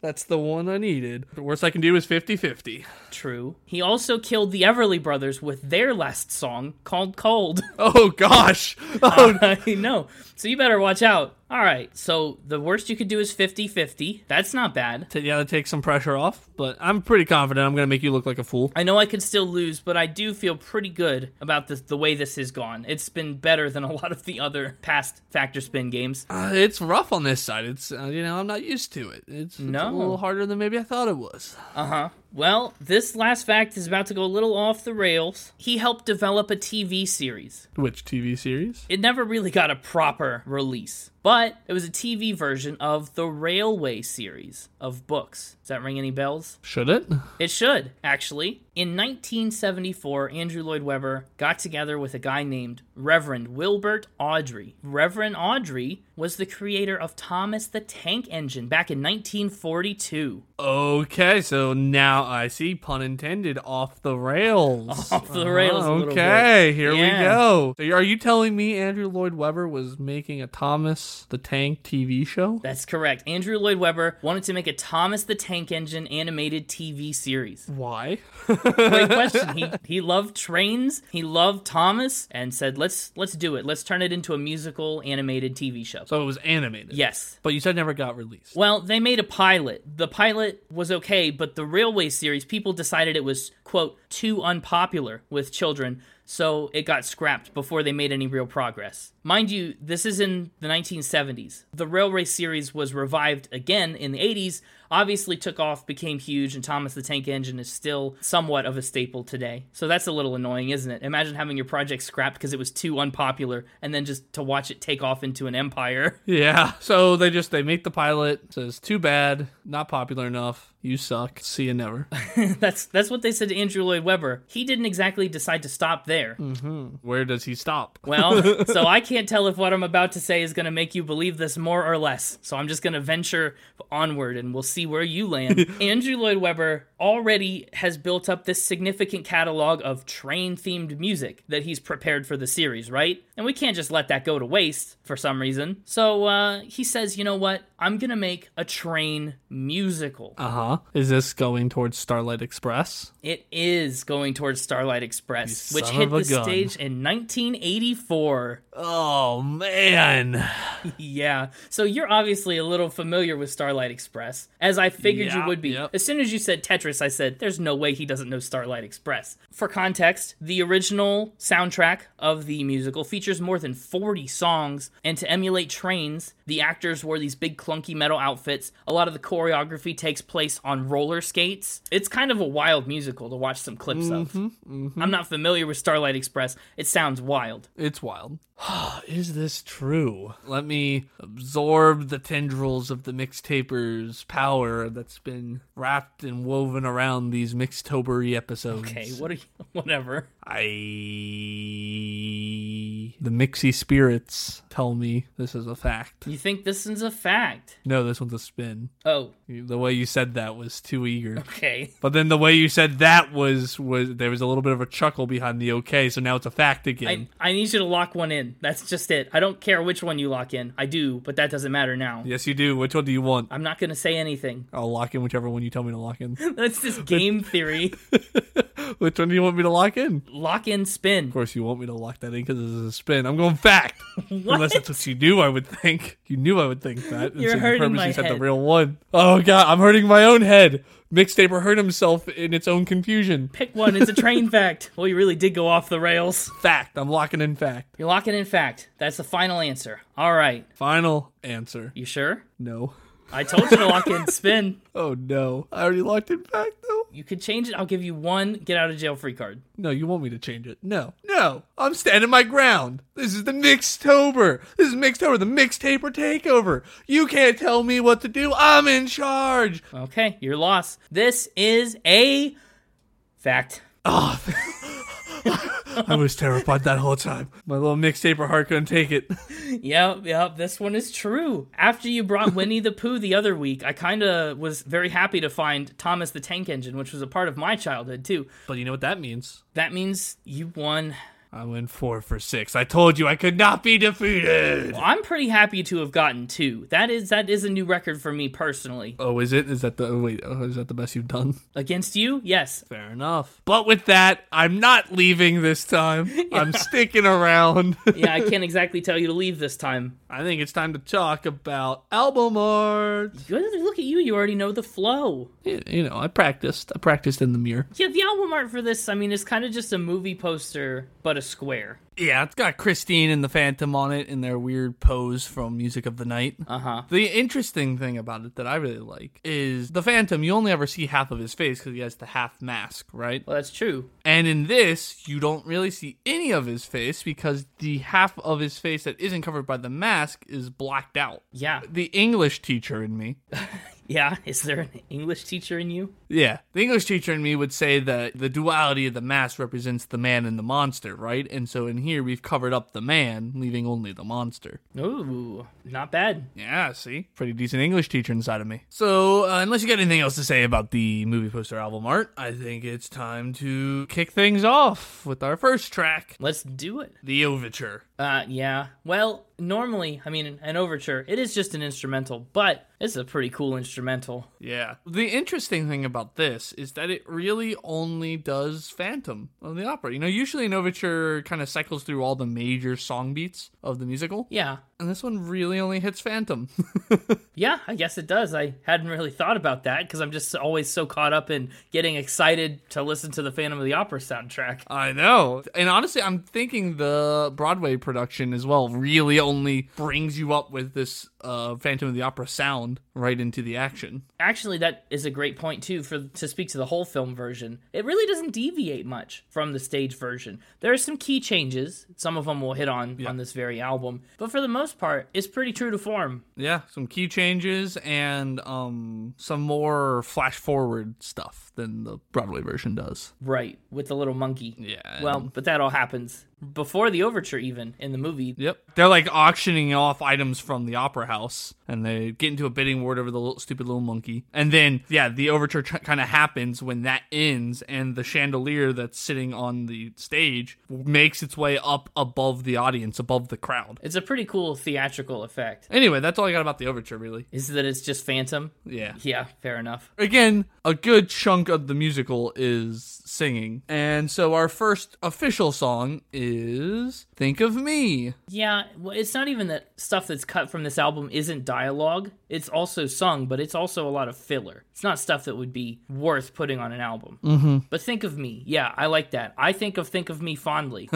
S2: That's the one I needed. The worst I can do is 50 50.
S1: True. He also killed the Everly brothers with their last song called Cold. [LAUGHS]
S2: Oh gosh. [LAUGHS] Oh,
S1: I know. So you better watch out. All right. So the worst you could do is 50 50. That's not bad.
S2: t- yeah, that takes some pressure off, but I'm pretty confident I'm gonna make you look like a fool.
S1: I know I could still lose, but I do feel pretty good about this, the way this has gone. It's been better than a lot of the other past Factor Spin games.
S2: Uh, it's rough on this side. It's uh, you know I'm not used to it. It's, it's
S1: No.
S2: a little harder than maybe I thought it was.
S1: Uh huh. Well, this last fact is about to go a little off the rails. He helped develop a TV series.
S2: Which TV series?
S1: It never really got a proper release, but it was a TV version of the Railway series of books. Does that ring any bells?
S2: Should it?
S1: It should, actually. In 1974, Andrew Lloyd Webber got together with a guy named Reverend Wilbert Audrey. Reverend Audrey was the creator of Thomas the Tank Engine back in 1942.
S2: Okay, so now I see pun intended off the [LAUGHS] rails.
S1: Off the rails a little
S2: okay, here we
S1: Yeah.
S2: go. So are you telling me Andrew Lloyd Webber was making a Thomas the Tank TV show?
S1: That's correct. Andrew Lloyd Webber wanted to make a Thomas the Tank Engine animated TV series.
S2: Why?
S1: Great question. He he loved trains. He loved Thomas, and said, "Let's let's do it. Let's turn it into a musical animated TV show."
S2: so it was animated.
S1: yes.
S2: But you said it never got released.
S1: Well, they made a pilot. The pilot was okay, but the railway series, people decided it was, quote, too unpopular with children, so it got scrapped before they made any real progress. Mind you, this is in the 1970s. The railway series was revived again in the 80s, obviously took off, became huge, and Thomas the Tank Engine is still somewhat of a staple today. So that's a little annoying, isn't it? Imagine having your project scrapped because it was too unpopular, and then just to watch it take off into an empire. [LAUGHS]
S2: Yeah. So they just they make the pilot, says too bad, not popular enough, you suck. See you never.
S1: That's that's what they said to Andrew Lloyd Webber. He didn't exactly decide to stop there.
S2: Where does he stop?
S1: Well, so I can't tell if what I'm about to say is going to make you believe this more or less. So I'm just going to venture onward and we'll see where you land. Andrew Lloyd Webber already has built up this significant catalog of train themed music that he's prepared for the series, right? And we can't just let that go to waste for some reason. So uh, he says, you know what? I'm going to make a train musical.
S2: Uh-huh. Is this going towards Starlight Express?
S1: It is going towards Starlight Express,
S2: You
S1: which
S2: son
S1: hit
S2: of a
S1: the
S2: gun.
S1: stage in 1984.
S2: Oh man.
S1: yeah. So you're obviously a little familiar with Starlight Express, as I figured you
S2: Yeah,
S1: would be.
S2: yep.
S1: As soon as you said Tetris, I said, there's no way he doesn't know Starlight Express. For context, the original soundtrack of the musical features more than 40 songs, and to emulate trains, the actors wore these big clunky metal outfits. A lot of the choreography takes place on roller skates. It's kind of a wild musical to watch some clips of.
S2: Mm-hmm,
S1: I'm not familiar with Starlight Express. It sounds wild.
S2: It's wild. [SIGHS] Is this true? Let me absorb the tendrils of the mixtaper's power that's been wrapped and woven around these mixtobery episodes.
S1: Okay, what are you? [LAUGHS] Whatever.
S2: I the mixy spirits tell me this is a fact.
S1: You think this is a fact?
S2: No, this one's a spin.
S1: Oh,
S2: The way you said that was too eager.
S1: okay.
S2: But then the way you said that was was there was a little bit of a chuckle behind the okay, so now it's a fact
S1: I,
S2: again.
S1: I need you to lock one in. That's just it. I don't care which one you lock in. I do, but that doesn't matter now.
S2: yes, you do. Which one do you want?
S1: I'm not going to say anything. [LAUGHS]
S2: I'll lock in whichever one you tell me to lock in. [LAUGHS]
S1: That's just game theory.
S2: Which one do you want me to lock in? Of
S1: Lock in spin.
S2: course, you want me to lock that in because this is a spin. I'm
S1: [LAUGHS]
S2: going fact. Unless that's what you knew, I would think. You knew I would think that. And
S1: You're
S2: you
S1: hurting
S2: purposely
S1: my
S2: said the
S1: head.
S2: real one. Oh god, I'm hurting my own head. Mixtaper hurt himself in its own confusion.
S1: Pick one. It's a train fact. Well, you really did go off the rails.
S2: Fact. I'm locking in fact.
S1: You're locking in fact. That's the final answer. All right.
S2: Final answer.
S1: You sure?
S2: No.
S1: I told you to lock
S2: [LAUGHS]
S1: in spin.
S2: Oh no. I already locked in fact though.
S1: You could change it. I'll give you one get out of jail free card.
S2: No, you want me to change it. No. No. I'm standing my ground. This is the Mixtober. This is Mixtober, the Mixtaper Takeover. You can't tell me what to do. I'm in charge.
S1: Okay, your loss. This is a fact.
S2: Oh, [LAUGHS] I was terrified that whole time. My little Mixtaper heart couldn't take it. [LAUGHS]
S1: Yep, yep, this one is true. After you brought Winnie the Pooh the other week, I kind of was very happy to find Thomas the Tank Engine, which was a part of my childhood too.
S2: But you know what that means?
S1: That means you won.
S2: I went four for six. I told you I could not be defeated.
S1: I'm pretty happy to have gotten two. That is that is a new record for me personally.
S2: Oh, is it? Is that the oh, wait? Oh, is that the best you've done?
S1: Against you? Yes.
S2: Fair enough. But with that, I'm not leaving this [LAUGHS] time. I'm sticking [LAUGHS] around.
S1: Yeah, I can't exactly tell you to leave this time.
S2: I think it's time to talk about album art.
S1: Good, Look at you, you already know the flow.
S2: You you know, I practiced. I practiced in the mirror.
S1: Yeah, the album art for this, I mean, it's kind of just a movie poster, but a square.
S2: Yeah, it's got Christine and the Phantom on it in their weird pose from Music of the Night.
S1: Uh huh.
S2: The interesting thing about it that I really like is the Phantom, you only ever see half of his face because he has the half mask, right?
S1: Well, that's true.
S2: And in this, you don't really see any of his face because the half of his face that isn't covered by the mask is blacked out.
S1: Yeah.
S2: The English teacher in me
S1: Yeah. [LAUGHS] Is there an English teacher in you?
S2: Yeah. The English teacher in me would say that the duality of the mask represents the man and the monster, right? And so in here, we've covered up the man, leaving only the monster.
S1: Ooh, not bad.
S2: Yeah, see? Pretty decent English teacher inside of me. So, uh, unless you got anything else to say about the movie poster album art, I think it's time to kick things off with our first track
S1: Let's do it.
S2: The Overture.
S1: Uh, yeah. Well, normally, I mean, an overture, it is just an instrumental, but this is a pretty cool instrumental.
S2: Yeah. The interesting thing about this is that it really only does Phantom of the Opera. You know, usually an overture kind of cycles through all the major song beats of the musical,
S1: Yeah.
S2: and this one really only hits Phantom. [LAUGHS]
S1: Yeah, I guess it does. I hadn't really thought about that because I'm just always so caught up in getting excited to listen to the Phantom of the Opera soundtrack.
S2: I know. And honestly, I'm thinking the Broadway production as well really only brings you up with this uh, Phantom of the Opera sound right into the action.
S1: Actually, that is a great point too for to speak to the whole film version. It really doesn't deviate much from the stage version. There are some key changes. Some of them we'll hit on on this very album, but for the most part, it's pretty true to form.
S2: Yeah, some key changes and um, some more flash forward stuff than the Broadway version does.
S1: Right, with the little monkey.
S2: Yeah.
S1: Well, but that all happens before the overture even in the movie.
S2: Yep. They're like auctioning off items from the opera house and they get into a bidding war over the little, stupid little monkey. And then, yeah, the overture tr kind of happens when that ends and the chandelier that's sitting on the stage makes its way up above the audience, above the crowd.
S1: It's a pretty cool theatrical effect.
S2: Anyway, that's all I got about the overture, really.
S1: Is that it's just Phantom?
S2: Yeah.
S1: Yeah, fair enough.
S2: Again, a good chunk of the musical is singing. And so our first official song is Think of Me.
S1: Yeah, well, it's not even that stuff that's cut from this album isn't dialogue. It's also sung, but it's also a lot of filler. It's not stuff that would be worth putting on an album. Mm-hmm. But think of me. Yeah, I like that. I think of think of me fondly.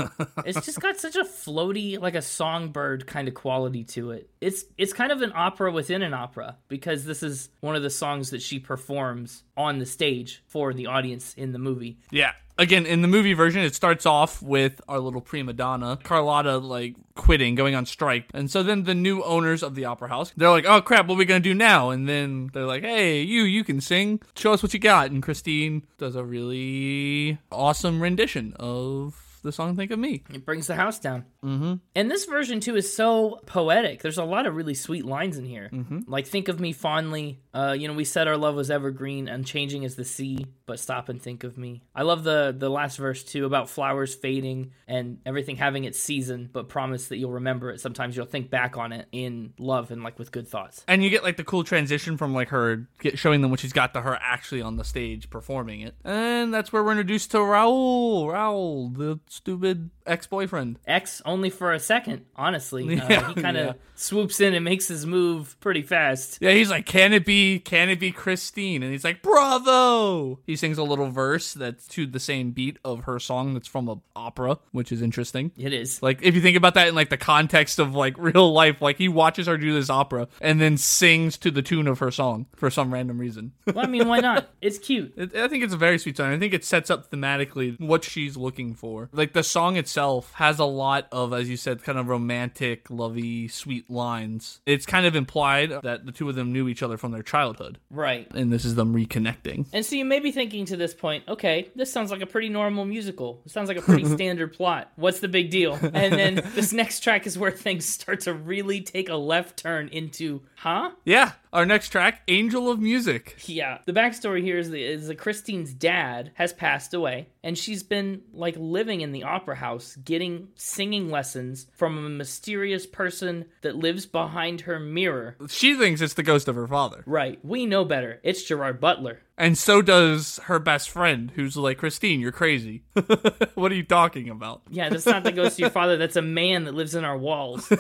S1: it's just got such a floaty, like a songbird kind of quality to it. It's it's kind of an opera within an opera because this is one of the songs that she performs on the stage for the audience in the movie.
S2: Yeah. Again, in the movie version, it starts off with our little prima donna, Carlotta, like quitting, going on strike. And so then the new owners of the opera house, they're like, oh crap, what are we going to do now? And then they're like, hey, you, you can sing. Show us what you got. And Christine does a really awesome rendition of the song Think of Me.
S1: It brings the house down. Mm-hmm. And this version too is so poetic. There's a lot of really sweet lines in here. Mm-hmm. Like think of me fondly. Uh, you know, we said our love was evergreen, unchanging as the sea. But stop and think of me. I love the the last verse too about flowers fading and everything having its season, but promise that you'll remember it. Sometimes you'll think back on it in love and like with good thoughts.
S2: And you get like the cool transition from like her get, showing them what she's got to her actually on the stage performing it. And that's where we're introduced to Raul, Raul, the stupid ex-boyfriend.
S1: X only for a second, [LAUGHS] honestly.
S2: Yeah,
S1: uh, he kind of
S2: yeah.
S1: swoops in and makes his move pretty fast.
S2: Yeah, he's like, "Can it be? Can it be Christine?" And he's like, "Bravo!" He sings a little verse that's to the same beat of her song that's from a opera, which is interesting.
S1: It is.
S2: Like if you think about that in like the context of like [LAUGHS] real life, like he watches her do this opera and then sings to the tune of her song for some random reason.
S1: Well, I mean, why not? It's cute.
S2: It- I think it's a very sweet song. I think it sets up thematically what she's looking for. Like the song itself has a lot of, as you said, kind of romantic, lovey, sweet lines. It's kind of implied that the two of them knew each other from their childhood,
S1: Right.
S2: and this is them reconnecting.
S1: And so you may be thinking to this point, okay, this sounds like a pretty normal musical. It sounds like a pretty standard plot. What's the big deal? And then this next track is where things start to really take a left turn into, huh?
S2: Yeah, our next track, "Angel of Music."
S1: Yeah. The backstory here is that, is that Christine's dad has passed away, and she's been like living in the opera house, getting singing lessons from a mysterious person that lives behind her mirror.
S2: She thinks it's the ghost of her father,
S1: Right. We know better. It's Gerard Butler.
S2: and so does her best friend, who's like, "Christine, you're crazy. [LAUGHS] what are you talking about?"
S1: Yeah, that's not the ghost of your father. That's a man that lives in our
S2: [LAUGHS]
S1: walls.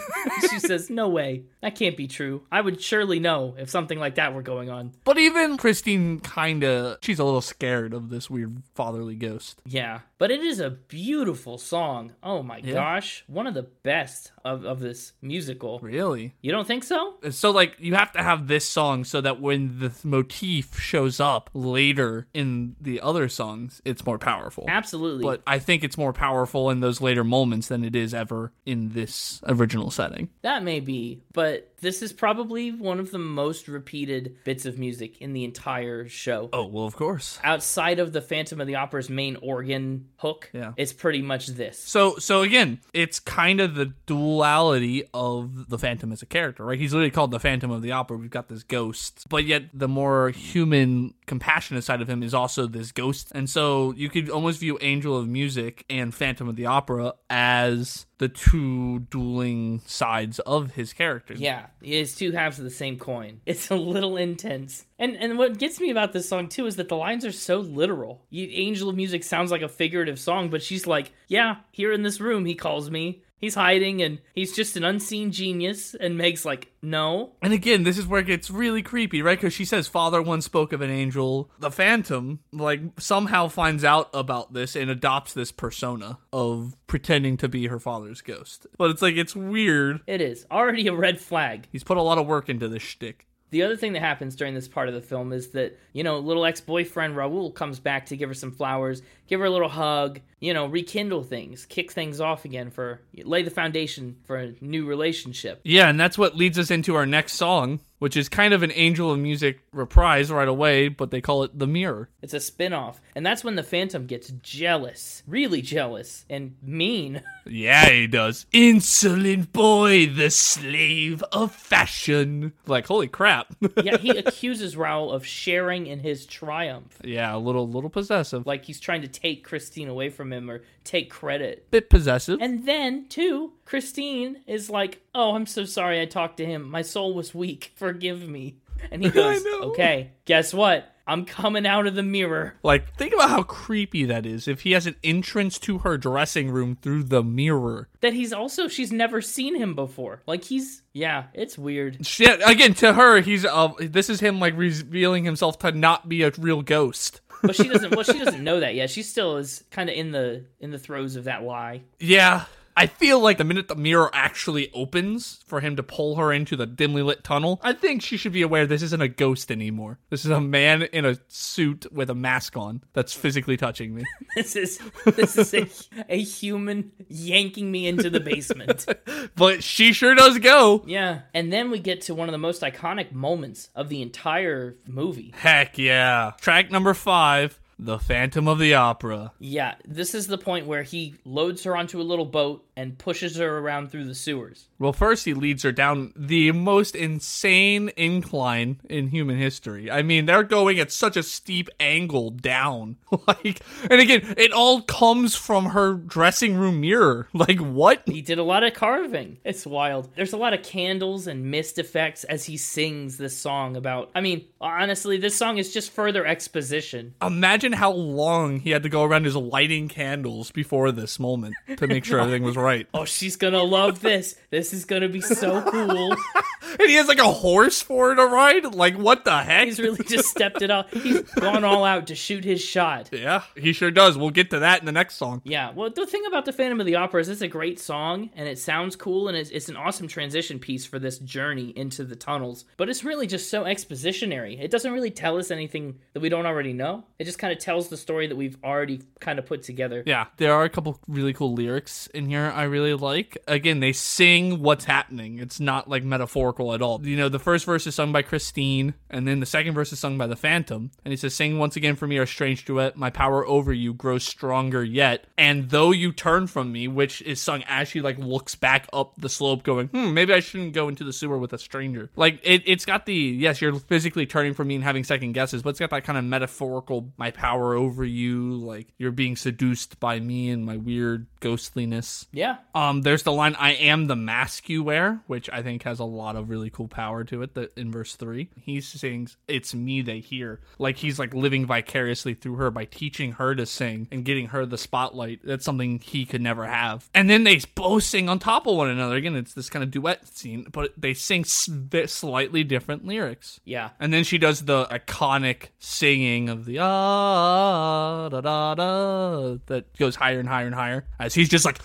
S1: she says, No way. That can't be true. I would surely know if something like that were going on.
S2: But even Christine kind of she's a little scared of this weird fatherly ghost.
S1: Yeah. But it is a beautiful song. Oh my gosh. One of the best of, of this musical.
S2: Really?
S1: You don't think so?
S2: So like you have to have this song so that when the th- motif shows up later in the other songs, it's more powerful.
S1: Absolutely.
S2: But I think it's more powerful in those later moments than it is ever in this original setting.
S1: that may be, but this is probably one of the most repeated bits of music in the entire show.
S2: Oh, well, of course.
S1: Outside of the Phantom of the Opera's main organ hook,
S2: Yeah.
S1: it's pretty much this.
S2: So so again, it's kind of the duality of the Phantom as a character, right? He's literally called the Phantom of the Opera. We've got this ghost, but yet the more human, compassionate side of him is also this ghost. And so you could almost view Angel of Music and Phantom of the Opera as the two dueling sides of his character.
S1: Yeah, it's two halves of the same coin. [LAUGHS] It's a little intense. And and what gets me about this song too is that the lines are so literal. You, Angel of Music sounds like a figurative song, but she's like, "Yeah, here in this room he calls me. He's hiding and he's just an unseen genius." And Meg's like, "No."
S2: And again, this is where it gets really creepy, right? Because she says, Father once spoke of an angel. The Phantom, like, somehow finds out about this and adopts this persona of pretending to be her father's ghost. But it's like, it's weird.
S1: It is already a red flag.
S2: He's put a lot of work into this shtick.
S1: The other thing that happens during this part of the film is that, you know, little ex boyfriend Raul comes back to give her some flowers, give her a little hug, you know, rekindle things, kick things off again for, lay the foundation for a new relationship.
S2: Yeah, and that's what leads us into our next song, which is kind of an Angel of Music reprise right away, but they call it The Mirror.
S1: It's a spin off. And that's when the Phantom gets jealous, really jealous and mean. [LAUGHS]
S2: Yeah, he does. Insolent boy, the slave of fashion. Like, holy crap. [LAUGHS]
S1: yeah, he accuses Raul of sharing in his triumph,
S2: yeah, a little, little possessive.
S1: like he's trying to take Christine away from him or take credit.
S2: bit possessive.
S1: And then, too, Christine is like, Oh, I'm so sorry I talked to him. My soul was weak. Forgive me. And he goes,
S2: know.
S1: Okay, guess what? I'm coming out of the mirror.
S2: Like, think about how creepy that is if he has an entrance to her dressing room through the mirror.
S1: That he's also, she's never seen him before. Like, he's, yeah, it's weird.
S2: Shit, again, to her, he's, uh, this is him, like, revealing himself to not be a real ghost.
S1: But she doesn't, well, she doesn't know that yet. She still is kind of in the, in the throes of that lie. [LAUGHS]
S2: Yeah. I feel like the minute the mirror actually opens for him to pull her into the dimly lit tunnel, I think she should be aware this isn't a ghost anymore. This is a man in a suit with a mask on that's physically touching me. [LAUGHS]
S1: This is, this is a, a human yanking me into the basement.
S2: but she sure does go.
S1: Yeah. And then we get to one of the most iconic moments of the entire movie.
S2: Heck yeah. Track number five The Phantom of the Opera.
S1: Yeah, this is the point where he loads her onto a little boat and pushes her around through the sewers.
S2: Well, first he leads her down the most insane incline in human history. I mean, they're going at such a steep angle down. [LAUGHS] Like, and again, it all comes from her dressing room mirror. [LAUGHS] Like, what?
S1: He did a lot of carving. [LAUGHS] It's wild. There's a lot of candles and mist effects as he sings this song about. I mean, honestly, this song is just further exposition.
S2: Imagine how long he had to go around just lighting candles before this moment to make sure everything was right.
S1: Oh, she's gonna love this. This is gonna be so cool.
S2: And he has like a horse for her to ride. Like, what the heck?
S1: He's really just stepped it up. He's gone all out to shoot his shot.
S2: yeah, he sure does. We'll get to that in the next song.
S1: Yeah, well, the thing about the Phantom of the Opera is it's a great song and it sounds cool and it's, it's an awesome transition piece for this journey into the tunnels, but it's really just so expositionary. It doesn't really tell us anything that we don't already know. It just kind of tells the story that we've already kind of put together.
S2: Yeah, there are a couple really cool lyrics in here I really like. Again, they sing what's happening. It's not like metaphorical at all. You know, the first verse is sung by Christine, and then the second verse is sung by the Phantom. And he says, Sing once again for me our strange duet. My power over you grows stronger yet. And though you turn from me, which is sung as she like looks back up the slope, going, Hmm, maybe I shouldn't go into the sewer with a stranger. Like it, it's got the yes, you're physically turning from me and having second guesses, but it's got that kind of metaphorical my power over you, like you're being seduced by me and my weird ghostliness.
S1: Yeah.
S2: Um, there's the line "I am the mask you wear," which I think has a lot of really cool power to it. That in verse three, he sings "It's me they hear," like he's like living vicariously through her by teaching her to sing and getting her the spotlight. That's something he could never have. And then they both sing on top of one another. Again, it's this kind of duet scene, but they sing s- slightly different lyrics.
S1: Yeah. [LAUGHS]
S2: And then she does the iconic singing of the ah da da da that goes higher and higher and higher as he's just like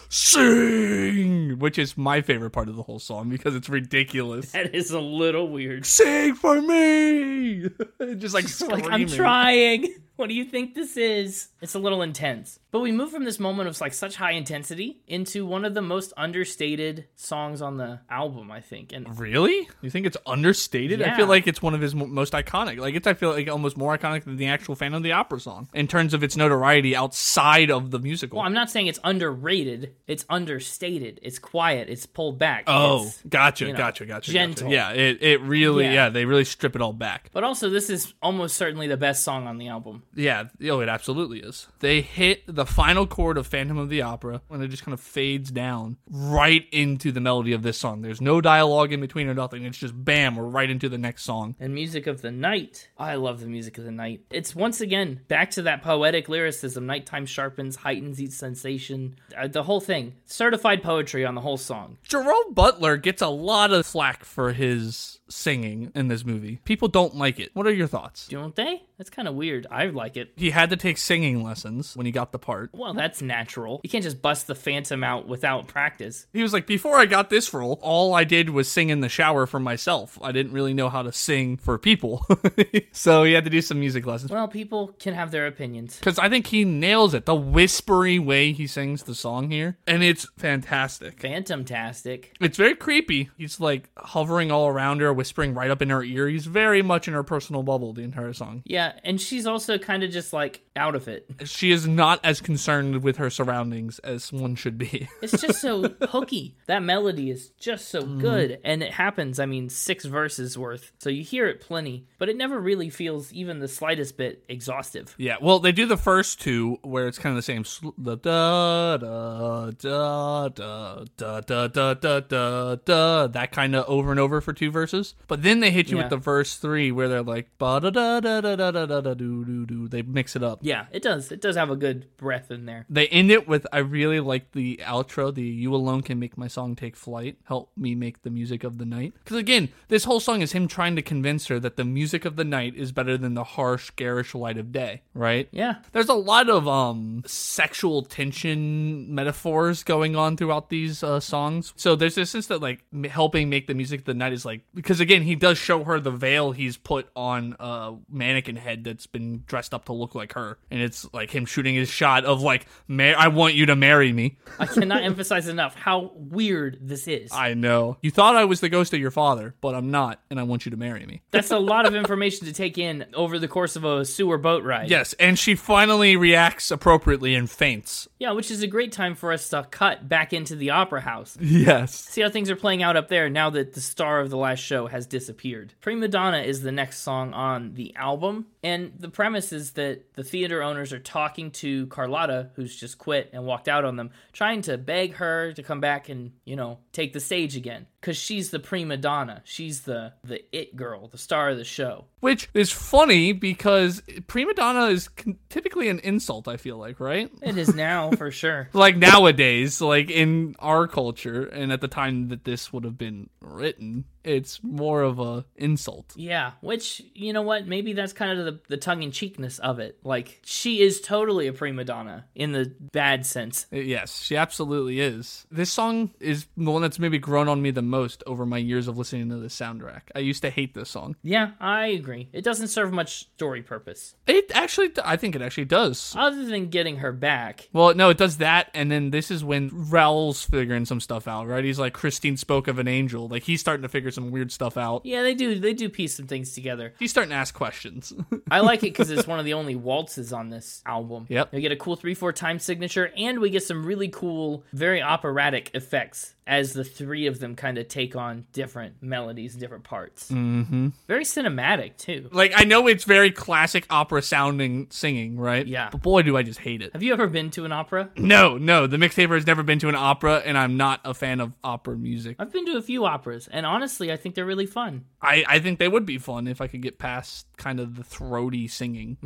S2: sing, which is my favorite part of the whole song because it's ridiculous.
S1: That is a little weird.
S2: [LAUGHS] Sing for me, [LAUGHS] just like
S1: Like,
S2: screaming.
S1: I'm trying. [LAUGHS] What do you think this is? It's a little intense. But we move from this moment of like such high intensity into one of the most understated songs on the album, I think. And
S2: Really? You think it's understated? I
S1: Yeah.
S2: feel like it's one of his mo- most iconic. Like it's, I feel like almost more iconic than the actual Phantom of the Opera song in terms of its notoriety outside of the musical.
S1: Well, I'm not saying it's underrated. It's understated. It's quiet. It's pulled back.
S2: Oh,
S1: It's-
S2: gotcha,
S1: know,
S2: gotcha, gotcha,
S1: gentle.
S2: gotcha. Yeah, it, it really,
S1: Yeah.
S2: yeah. they really strip it all back.
S1: but also, this is almost certainly the best song on the album.
S2: Yeah, oh, it absolutely is. They hit the final chord of Phantom of the Opera when it just kind of fades down right into the melody of this song. There's no dialogue in between or nothing. It's just bam, we're right into the next song.
S1: And Music of the Night. I love the Music of the Night. It's once again back to that poetic lyricism. Nighttime sharpens, heightens each sensation. Uh, the whole thing. Certified poetry on the whole song.
S2: Jerome Butler gets a lot of flack for his singing in this movie. People don't like it. What are your thoughts?
S1: Don't they? That's kind of weird. I like it.
S2: He had to take singing lessons when he got the part.
S1: Well, that's natural. You can't just bust the phantom out without practice.
S2: He was like, before I got this role, all I did was sing in the shower for myself. I didn't really know how to sing for people. [LAUGHS] so he had to do some music lessons.
S1: Well, people can have their opinions.
S2: Because I think he nails it. The whispery way he sings the song here. And it's fantastic.
S1: Phantomtastic.
S2: It's very creepy. He's like hovering all around her, whispering right up in her ear. He's very much in her personal bubble the entire song.
S1: Yeah, and she's also kind of just like out of it.
S2: She is not as concerned with her surroundings as one should be. [LAUGHS]
S1: It's just so hooky. That melody is just so good. And it happens, I mean, six verses worth. So you hear it plenty, but it never really feels even the slightest bit exhaustive.
S2: Yeah, well, they do the first two where it's kind of the same. sl- The da da da da da da da da da da that kind of over and over for two verses. But then they hit you
S1: Yeah.
S2: with the verse three where they're like ba da da da da da da da da do do do. They mix it up.
S1: Yeah, it does. It does have a good breath in there.
S2: They end it with I really like the outro, the you alone can make my song take flight, help me make the music of the night. Cuz again, this whole song is him trying to convince her that the music of the night is better than the harsh garish light of day, right?
S1: Yeah.
S2: There's a lot of um sexual tension metaphors going on throughout these uh, songs. So there's this sense that like m- helping make the music of the night is like because again he does show her the veil he's put on uh mannequin head that's been dressed up to look like her, and it's like him shooting his shot of like, "Ma- I want you to marry me."
S1: I cannot emphasize enough how weird this is.
S2: I know you thought I was the ghost of your father, but I'm not, and I want you to marry me.
S1: That's a lot of information to take in over the course of a sewer boat ride.
S2: Yes, and she finally reacts appropriately and faints.
S1: Yeah, which is a great time for us to cut back into the opera house.
S2: Yes.
S1: See how things are playing out up there now that the star of the last show has disappeared. Prima Donna is the next song on the album, and the premise is that the theater owners are talking to Carlotta, who's just quit and walked out on them, trying to beg her to come back and, you know, take the stage again. Because she's the prima donna. She's the, the it girl, the star of the show.
S2: Which is funny because prima donna is con- typically an insult, I feel like, right?
S1: It is now for sure.
S2: Like nowadays, like in our culture, and at the time that this would have been written, it's more of a insult.
S1: Yeah, which you know what? Maybe that's kind of the, the tongue in cheekness of it. Like she is totally a prima donna in the bad sense.
S2: Uh, Yes, she absolutely is. This song is the one that's maybe grown on me the most over my years of listening to the soundtrack. I used to hate this song.
S1: Yeah, I agree. It doesn't serve much story purpose
S2: It actually, I think it actually does.
S1: other than getting her back.
S2: Well, no, it does that, and then this is when Raul's figuring some stuff out, right? He's like, Christine spoke of an angel. Like, he's starting to figure some weird stuff out.
S1: Yeah, they do. They do piece some things together.
S2: He's starting to ask questions. [LAUGHS]
S1: I like it because it's one of the only waltzes on this album.
S2: Yep.
S1: We get a cool 3 4 time signature, and we get some really cool, very operatic effects as the three of them kind of take on different melodies, different parts. Mm-hmm. Very cinematic, too.
S2: like, I know it's very classic opera sounding singing, right?
S1: Yeah.
S2: But boy, do I just hate it.
S1: Have you ever been to an opera?
S2: No, no, the mixtaper has never been to an opera, and I'm not a fan of opera music.
S1: I've been to a few operas, and honestly, I think they're really fun.
S2: I, I think they would be fun if I could get past kind of the throaty singing.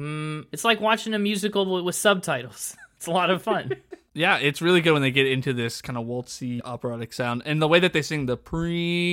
S1: It's like watching a musical with, with subtitles. [LAUGHS] It's a lot of fun.
S2: Yeah, it's really good when they get into this kind of waltzy operatic sound, and the way that they sing the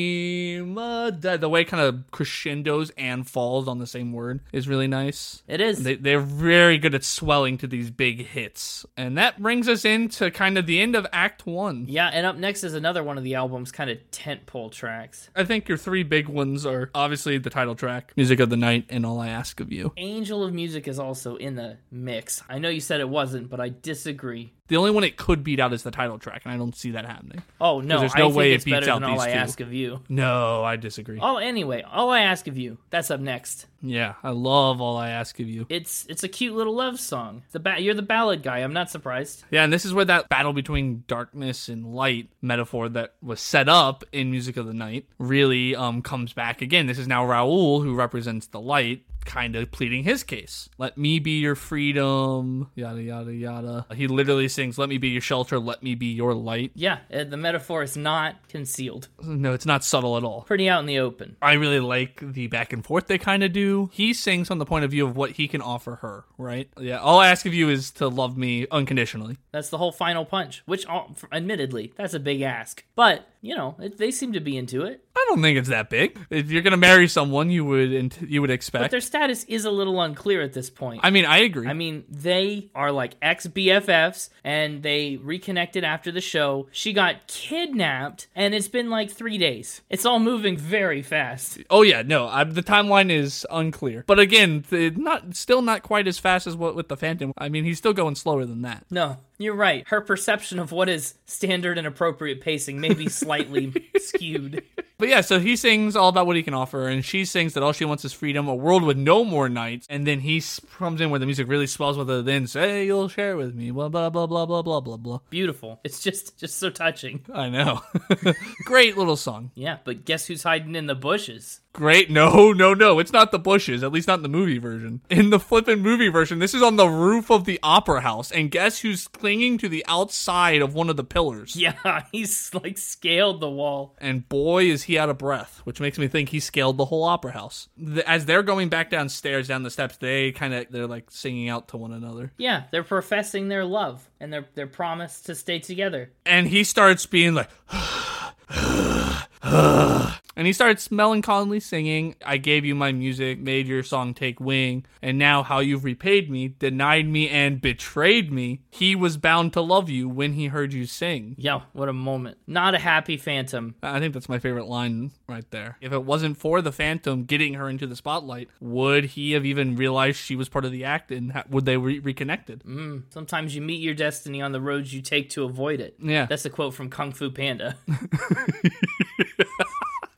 S2: prima, da- the way it kind of crescendos and falls on the same word is really nice.
S1: It is.
S2: They, they're very good at swelling to these big hits, and that brings us into kind of the end of Act One.
S1: yeah, and up next is another one of the album's kind of tentpole tracks.
S2: I think your three big ones are obviously the title track, "Music of the Night," and "All I Ask of You."
S1: Angel of Music is also in the mix. I know you said it wasn't, but I disagree.
S2: The only one it could beat out is the title track, and I don't see that happening.
S1: Oh no,
S2: there's
S1: I
S2: no
S1: think
S2: way
S1: it's
S2: it beats
S1: better than
S2: out
S1: all
S2: these
S1: I
S2: two.
S1: ask of you.
S2: No, I disagree.
S1: Oh, anyway, all I ask of you. That's up next.
S2: Yeah, I love "All I Ask of You."
S1: It's it's a cute little love song. The ba- you're the ballad guy. I'm not surprised.
S2: Yeah, and this is where that battle between darkness and light metaphor that was set up in Music of the Night really um, comes back again. This is now Raoul, who represents the light, kind of pleading his case. Let me be your freedom, yada, yada, yada. He literally sings, Let me be your shelter, let me be your light.
S1: Yeah, uh, the metaphor is not concealed.
S2: No, it's not subtle at all.
S1: Pretty out in the open.
S2: I really like the back and forth they kind of do. He sings from the point of view of what he can offer her, right? Yeah, all I ask of you is to love me unconditionally.
S1: That's the whole final punch, which, all, admittedly, that's a big ask. But, you know, it, they seem to be into it.
S2: I don't think it's that big. If you're gonna marry someone, you would int- you would
S1: But
S2: expect.
S1: their status is a little unclear at this point.
S2: I mean, I agree.
S1: I mean, they are like ex BFFs and they reconnected after the show. She got kidnapped and it's been like three days. It's all moving very fast.
S2: oh yeah, no, I, the timeline is unclear. But again, th- not still not quite as fast as what with the Phantom. I mean, he's still going slower than that.
S1: No, you're right. Her perception of what is standard and appropriate pacing may be slightly skewed.
S2: But yeah, so he sings all about what he can offer, and she sings that all she wants is freedom, a world with no more nights. And then he s- comes in where the music really swells with it. Then say you'll share with me, blah blah blah blah blah blah blah blah.
S1: Beautiful. It's just just so touching.
S2: I know, [LAUGHS] great little song.
S1: Yeah, but guess who's hiding in the bushes? [LAUGHS]
S2: Great. No, [LAUGHS] no, no. It's not the bushes, at least not in the movie version. In the flippin' movie version, this is on the roof of the opera house, and guess who's clinging to the outside of one of the pillars?
S1: Yeah, he's like scaled the wall.
S2: And boy, is he out of breath, which makes me think he scaled the whole opera house. Th- As they're going back downstairs, down the steps, they kind of, they're like singing out to one another.
S1: Yeah, they're professing their love and their their promise to stay together.
S2: And he starts being like, [SIGHS] And he starts melancholy singing, I gave you my music, made your song take wing, and now how you've repaid me, denied me, and betrayed me. He was bound to love you when he heard you sing.
S1: Yeah, what a moment. Not a happy phantom.
S2: I think that's my favorite line right there. If it wasn't for the Phantom getting her into the spotlight, would he have even realized she was part of the act and ha- would they re- reconnected?
S1: Sometimes you meet your destiny on the roads you take to avoid it.
S2: Yeah.
S1: That's a quote from Kung Fu Panda. [LAUGHS]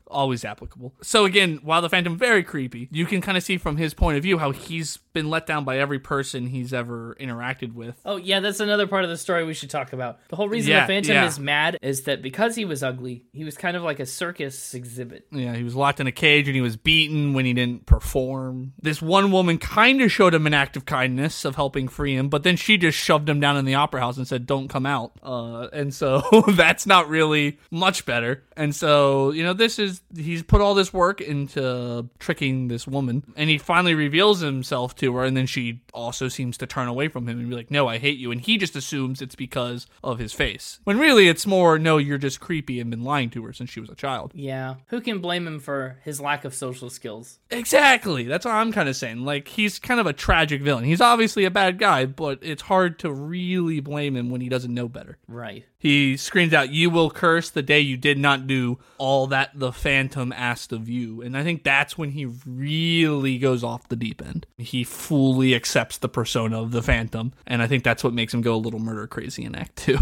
S2: always applicable. So again, while the Phantom very creepy, you can kind of see from his point of view how he's been let down by every person he's ever interacted with.
S1: Oh yeah, that's another part of the story we should talk about. The whole reason
S2: Yeah,
S1: the Phantom
S2: yeah.
S1: is mad is that because he was ugly, he was kind of like a circus exhibit.
S2: Yeah, he was locked in a cage and he was beaten when he didn't perform. This one woman kind of showed him an act of kindness of helping free him, but then she just shoved him down in the opera house and said, "Don't come out." Uh, and so [LAUGHS] that's not really much better. And so you know, this is he's put all this work into tricking this woman, and he finally reveals himself to her, and then she also seems to turn away from him and be like, "No, I hate you," and he just assumes it's because of his face, when really it's more, "No, you're just creepy and been lying to her since she was a child."
S1: Yeah. Who can blame him for his lack of social skills?
S2: Exactly. That's what I'm kind of saying. Like, he's kind of a tragic villain. He's obviously a bad guy, but it's hard to really blame him when he doesn't know better.
S1: Right.
S2: He screams out, You will curse the day you did not do all that the Phantom asked of you. And I think that's when he really goes off the deep end. He fully accepts the persona of the Phantom. And I think that's what makes him go a little murder crazy in Act 2.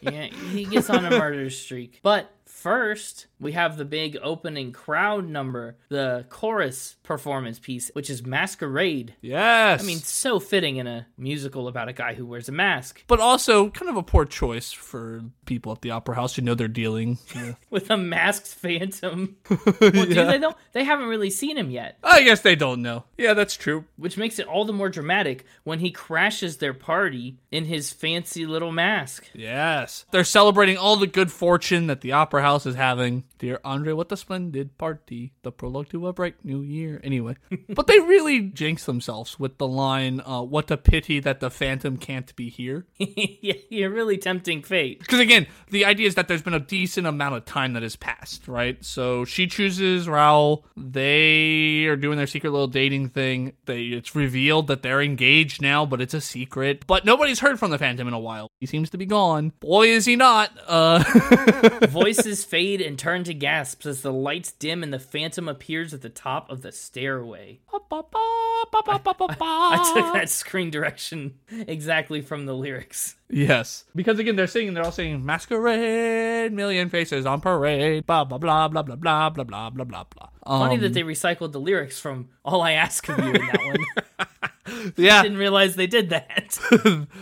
S1: Yeah, he gets on a murder [LAUGHS] streak. But first, we have the big opening crowd number, the chorus performance piece, which is Masquerade.
S2: [LAUGHS] yes.
S1: I mean, so fitting in a musical about a guy who wears a mask
S2: but also kind of a poor choice for people at the opera house who know they're dealing with.
S1: with a masked phantom. Well, do they though? They haven't really seen him yet.
S2: I guess they don't know. Yeah, that's true.
S1: which makes it all the more dramatic when he crashes their party in his fancy little mask. [LAUGHS]
S2: Yes. They're celebrating all the good fortune that the opera house is having. Dear Andre, what a splendid party. The prologue to a bright new year. Anyway. but they really jinx themselves with the line, uh, what a pity that the phantom can't be here.
S1: yeah, you're really tempting
S2: [LAUGHS]
S1: fate.
S2: Because again, the idea is that there's been a decent amount of time that has passed, right? So she chooses Raul. They are doing their secret little dating thing. They it's revealed that they're engaged now, but it's a secret. But nobody's heard from the Phantom in a while. He seems to be gone. Boy, is he not. Uh, [LAUGHS]
S1: Voices fade and turn to gasps as the lights dim and the phantom appears at the top of the stairway.
S2: [LAUGHS]
S1: I took that screen direction exactly from the lyrics.
S2: Yes. Because again, they're singing, they're all singing Masquerade, Million Faces on Parade, blah, blah, blah, blah, blah, blah, blah, blah, blah, blah, blah. Um,
S1: Funny that they recycled the lyrics from All I Ask of You in that one.
S2: yeah.
S1: Didn't realize they did that.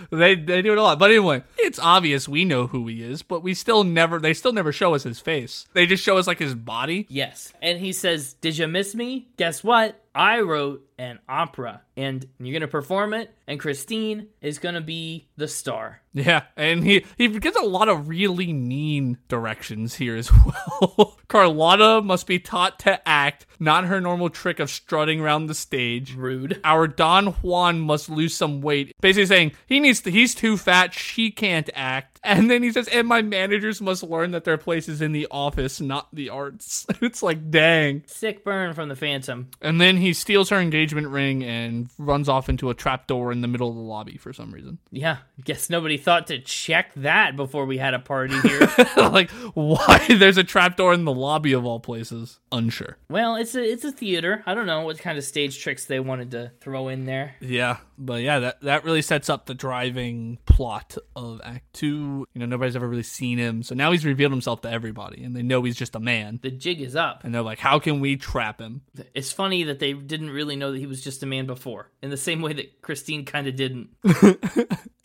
S2: [LAUGHS] they they do it a lot. But anyway, it's obvious we know who he is, but we still never they still never show us his face. They just show us like his body. [LAUGHS]
S1: Yes. And he says, Did you miss me? Guess what? I wrote an opera and you're going to perform it, and Christine is going to be the star.
S2: Yeah, and he he gets a lot of really mean directions here as [LAUGHS] well. Carlotta must be taught to act, not her normal trick of strutting around the stage.
S1: Rude.
S2: Our Don Juan must lose some weight. Basically saying he needs to, he's too fat, she can't act. And then he says, and my managers must learn that their place is in the office, not the arts. [LAUGHS] It's like, dang.
S1: Sick burn from the Phantom.
S2: And then he steals her engagement ring and runs off into a trapdoor in the middle of the lobby for some reason. [LAUGHS]
S1: Yeah. Guess nobody thought to check that before we had a party here.
S2: like, why [LAUGHS] there's a trapdoor in the lobby of all places? Unsure.
S1: well, it's a it's a theater. I don't know what kind of stage tricks they wanted to throw in there.
S2: Yeah, but yeah, that, that really sets up the driving plot of Act Two. You know, nobody's ever really seen him, so now he's revealed himself to everybody, and they know he's just a man.
S1: The jig is up.
S2: And they're like, how can we trap him?
S1: It's funny that they didn't really know that he was just a man before, in the same way that Christine kind of didn't.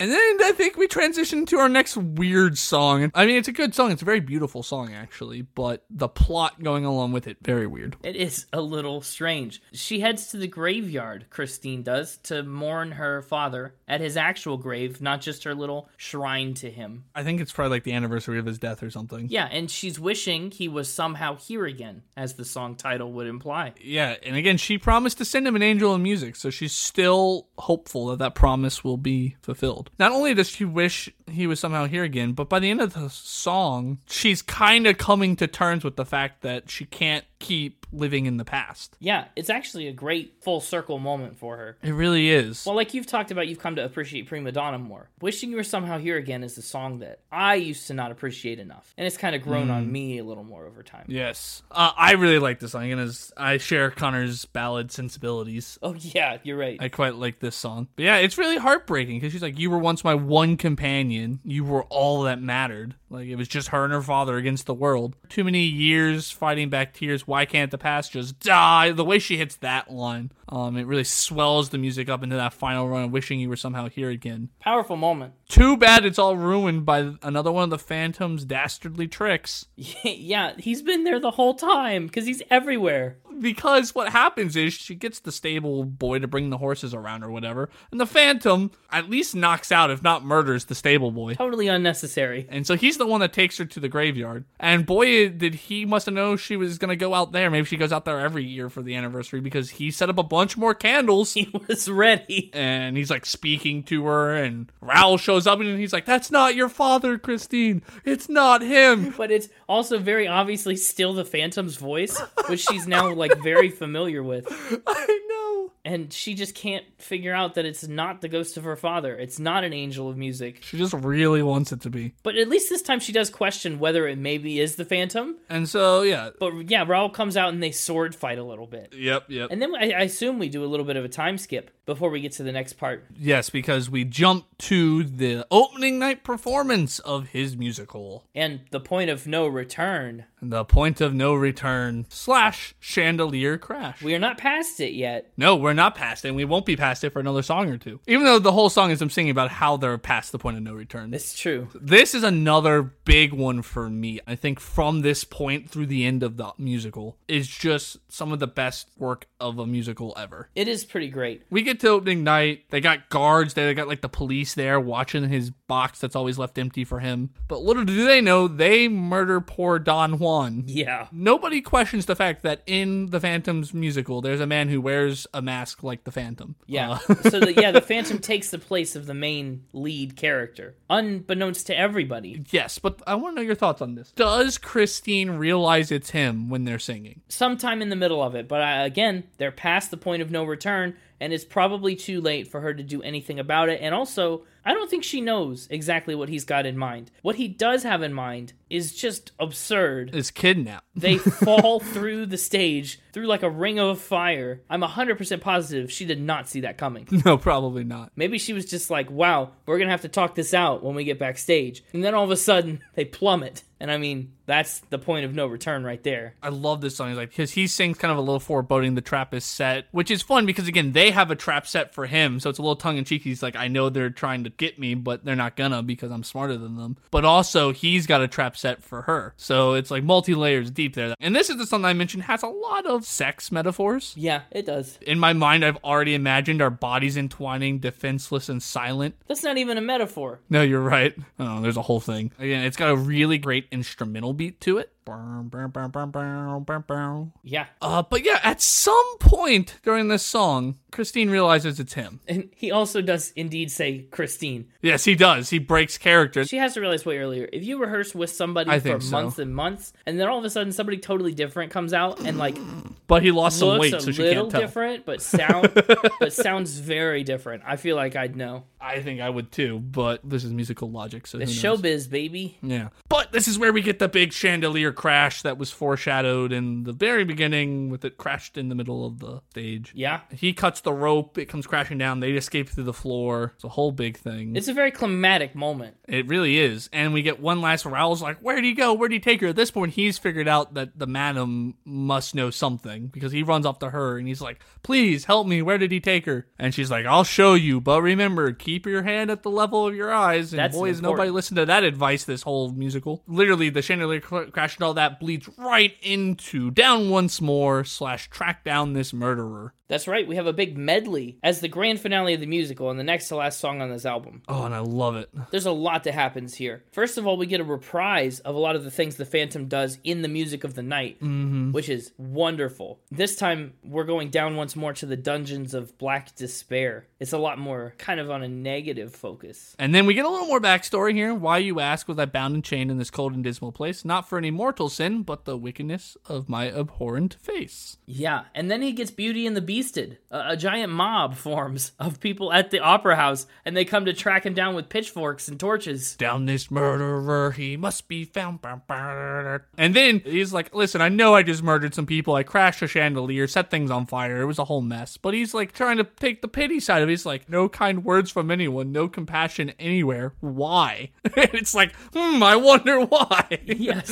S2: And then I think we transition to our next weird song. I mean, it's a good song. It's a very beautiful song, actually, but the plot going along with it, very weird.
S1: It is a little strange. She heads to the graveyard, Christine does, to mourn her father at his actual grave, not just her little shrine to him. him.
S2: I think it's probably like the anniversary of his death or something.
S1: Yeah, and she's wishing he was somehow here again, as the song title would imply.
S2: Yeah, and again, she promised to send him an angel in music, so she's still hopeful that that promise will be fulfilled. Not only does she wish he was somehow here again, but by the end of the song, she's kind of coming to terms with the fact that she can't keep living in the past.
S1: Yeah, it's actually a great full circle moment for her.
S2: It really is.
S1: Well, like you've talked about, you've come to appreciate Prima Donna more. Wishing You Were Somehow Here Again is the song that I used to not appreciate enough. And it's kind of grown on me a little more over time.
S2: yes, uh, I really like this song, and as I share Connor's ballad sensibilities.
S1: Oh, yeah, you're right.
S2: I quite like this song. But yeah, it's really heartbreaking because she's like, You were once my one companion. You were all that mattered. Like, it was just her and her father against the world. Too many years fighting back tears. Why can't the past just die? The way she hits that line, um, it really swells the music up into that final run of wishing you were somehow here again.
S1: Powerful moment.
S2: Too bad it's all ruined by another one of the Phantom's dastardly tricks.
S1: yeah, he's been there the whole time because he's everywhere.
S2: because what happens is she gets the stable boy to bring the horses around or whatever, and the phantom at least knocks out, if not murders, the stable boy.
S1: Totally unnecessary. [LAUGHS]
S2: And so he's the one that takes her to the graveyard. And boy, did he must have known she was going to go out there. Maybe she goes out there every year for the anniversary because he set up a bunch more candles.
S1: He was ready.
S2: And he's like speaking to her, and Raoul shows up and he's like, That's not your father, Christine. It's not him. [LAUGHS]
S1: But it's also very obviously still the Phantom's voice, which she's now like very familiar with.
S2: I know.
S1: And she just can't figure out that it's not the ghost of her father. It's not an angel of music.
S2: She just really wants it to be.
S1: But at least this time she does question whether it maybe is the Phantom.
S2: And so, yeah.
S1: But yeah, Raul comes out and they sword fight a little bit.
S2: Yep, yep.
S1: And then I, I assume we do a little bit of a time skip before we get to the next part.
S2: Yes, because we jump to the opening night performance of his musical,
S1: And the point of no return.
S2: The Point of No Return slash Chandelier Crash.
S1: We are not past it yet.
S2: no, we're not past it, and we won't be past it for another song or two. Even though the whole song is them singing about how they're past the point of no return. This,
S1: It's true.
S2: this is another big one for me. I think from this point through the end of the musical is just some of the best work of a musical ever.
S1: It is pretty great.
S2: We get to opening night. They got guards there. They got like the police there watching his box that's always left empty for him. But little do they know, they murder poor Don Juan.
S1: Yeah.
S2: Nobody questions the fact that in the Phantom's musical, there's a man who wears a mask like the Phantom.
S1: Yeah.
S2: Uh,
S1: [LAUGHS] so the, yeah, the Phantom takes the place of the main lead character, unbeknownst to everybody.
S2: yes, but I want to know your thoughts on this. Does Christine realize it's him when they're singing?
S1: Sometime in the middle of it, but I, again, they're past the point of no return, and it's probably too late for her to do anything about it. And also, I don't think she knows exactly what he's got in mind. What he does have in mind is just absurd.
S2: It's kidnapped. [LAUGHS]
S1: They fall through the stage through like a ring of fire. I'm 100% positive she did not see that coming.
S2: No, probably not.
S1: Maybe she was just like, wow, we're going to have to talk this out when we get backstage. And then all of a sudden, [LAUGHS] they plummet. And I mean, that's the point of no return right there.
S2: I love this song. He's like because he sings kind of a little foreboding the trap is set, which is fun because again they have a trap set for him, so it's a little tongue in cheek. He's like, I know they're trying to get me, but they're not gonna because I'm smarter than them. But also he's got a trap set for her, so it's like multi layers deep there. And this is the song that I mentioned has a lot of sex metaphors.
S1: Yeah, it does.
S2: In my mind, I've already imagined our bodies entwining, defenseless and silent.
S1: That's not even a metaphor.
S2: No, you're right. Oh, there's a whole thing. Again, it's got a really great instrumental beat to it. Bow, bow, bow, bow, bow, bow, bow.
S1: Yeah. [LAUGHS]
S2: Uh, but yeah, at some point during this song, Christine realizes it's him.
S1: And he also does indeed say Christine.
S2: Yes, he does. He breaks character.
S1: She has to realize way earlier. If you rehearse with somebody
S2: I
S1: for
S2: think so.
S1: months and months, and then all of a sudden somebody totally different comes out and
S2: [GASPS]
S1: like
S2: But he lost some
S1: looks
S2: weight,
S1: a
S2: so she
S1: little
S2: can't tell.
S1: different, but
S2: [LAUGHS]
S1: sound but sounds very different. I feel like I'd know.
S2: I think I would too, but this is musical logic, so who
S1: It's
S2: knows? Hmm.
S1: showbiz, baby.
S2: Yeah. But this is where we get the big chandelier crash that was foreshadowed in the very beginning with it crashed in the middle of the stage.
S1: Yeah.
S2: He cuts the rope, it comes crashing down, they escape through the floor. It's a whole big thing.
S1: It's a very climatic moment.
S2: It really is. And we get one last Raul's like, where do you go? Where do you take her? At this point, he's figured out that the madam must know something because he runs up to her and he's like, please help me. Where did he take her? And she's like, I'll show you. But remember, keep your hand at the level of your eyes. And
S1: That's
S2: boys,
S1: important.
S2: nobody listened to that advice this whole musical. Literally, the chandelier cr- crashed after all that bleeds right into Down Once More slash Track Down This Murderer.
S1: That's right, we have a big medley as the grand finale of the musical and the next to last song on this album.
S2: Oh, and I love it.
S1: There's a lot that happens here. First of all, we get a reprise of a lot of the things the Phantom does in the music of the night, which is wonderful. This time, we're going down once more to the dungeons of black despair. It's a lot more kind of on a negative focus.
S2: And then we get a little more backstory here. Why you ask was I bound and chained in this cold and dismal place, not for any mortal sin, but the wickedness of my abhorrent face.
S1: Yeah, and then he gets Beauty and the Beasted. A, a giant mob forms of people at the opera house, and they come to track him down with pitchforks and torches. [LAUGHS]
S2: Down this murderer, he must be found. And then he's like, Listen, I know I just murdered some people. I crashed a chandelier, set things on fire. It was a whole mess. But he's like trying to take the pity side of it. He's like, No kind words from anyone, no compassion anywhere. Why? [LAUGHS] and it's like, Hmm, I wonder why.
S1: Yes,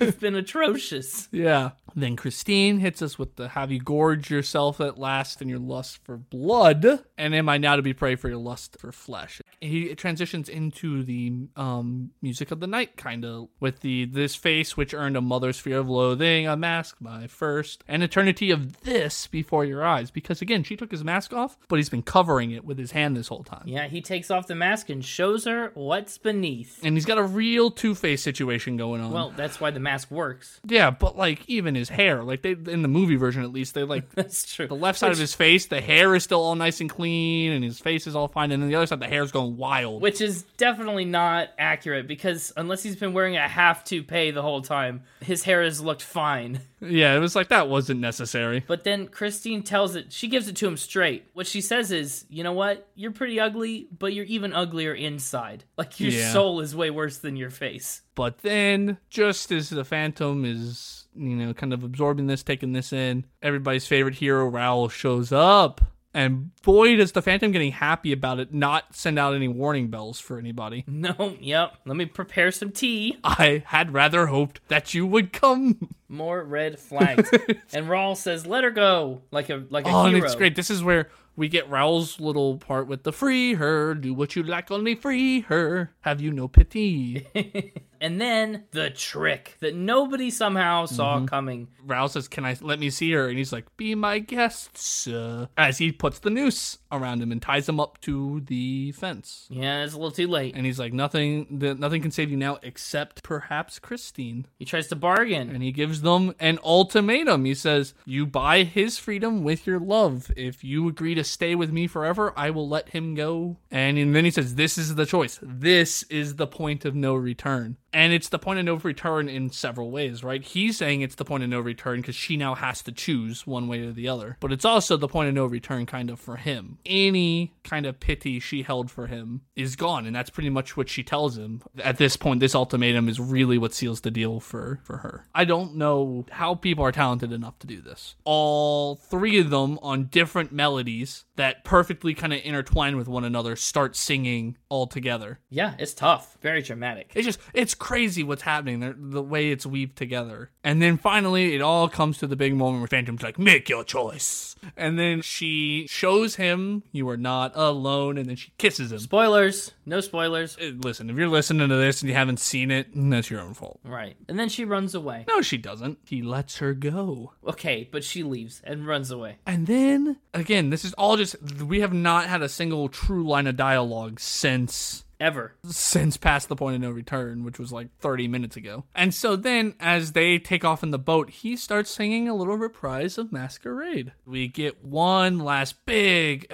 S1: it's been atrocious.
S2: Yeah. Then Christine hits us with the have you gorged yourself at last in your lust for blood? And am I now to be prey for your lust for flesh? He transitions into the um, music of the night, kind of, with the this face which earned a mother's fear of loathing, a mask, my first, an eternity of this before your eyes. Because again, she took his mask off, but he's been covering it with his hand this whole time.
S1: Yeah, he takes off the mask and shows her what's beneath.
S2: And he's got a real Two Face situation going on.
S1: Well, that's why the mask works. [LAUGHS]
S2: yeah, but like even his hair, like they in the movie version at least, they like
S1: That's true.
S2: the left side of his face, the hair is still all nice and clean, and his face is all fine. And then the other side, the hair's going wild.
S1: Which is definitely not accurate because unless he's been wearing a half toupee the whole time, his hair has looked fine. [LAUGHS]
S2: Yeah, it was like that wasn't necessary.
S1: But then Christine tells it, she gives it to him straight. What she says is, you know what? You're pretty ugly, but you're even uglier inside. Like your
S2: Yeah.
S1: soul is way worse than your face. [LAUGHS]
S2: But then, just as the Phantom is, you know, kind of absorbing this, taking this in, everybody's favorite hero, Raoul, shows up. And boy, does the Phantom getting happy about it not send out any warning bells for anybody.
S1: No, yep. Let me prepare some tea.
S2: I had rather hoped that you would come.
S1: More red flags.
S2: [LAUGHS]
S1: and Rawl says, let her go. Like a like a
S2: Oh,
S1: hero.
S2: and it's great. This is where we get Raoul's little part with the free her, do what you like, only free her. Have you no pity?
S1: And then the trick that nobody somehow saw coming.
S2: Raoul says, Can I let me see her? And he's like, Be my guest, sir. As he puts the noose around him and ties him up to the fence.
S1: Yeah, it's a little too late.
S2: And he's like, Nothing th- nothing can save you now except perhaps Christine.
S1: He tries to bargain.
S2: And he gives them an ultimatum. He says, You buy his freedom with your love. If you agree to stay with me forever, I will let him go. And, and then he says, This is the choice. This is the point of no return. And it's the point of no return in several ways, right? He's saying it's the point of no return because she now has to choose one way or the other. But it's also the point of no return, kind of, for him. Any kind of pity she held for him is gone. And that's pretty much what she tells him. At this point, this ultimatum is really what seals the deal for, for her. I don't know how people are talented enough to do this. All three of them on different melodies that perfectly kind of intertwine with one another start singing all together.
S1: yeah, it's tough. Very dramatic.
S2: It's just it's crazy what's happening there, the way it's weaved together. And then finally, it all comes to the big moment where Phantom's like, "Make your choice." And then she shows him, "You are not alone." And then she kisses him.
S1: Spoilers. No spoilers.
S2: Uh, Listen, if you're listening to this and you haven't seen it, that's your own fault.
S1: Right. And then she runs away.
S2: No, she doesn't. He lets her go.
S1: Okay, but she leaves and runs away.
S2: And then again, this is all just we have not had a single true line of dialogue since
S1: Ever.
S2: since past the point of no return, which was like 30 minutes ago. And so then, as they take off in the boat, he starts singing a little reprise of Masquerade. We get one last big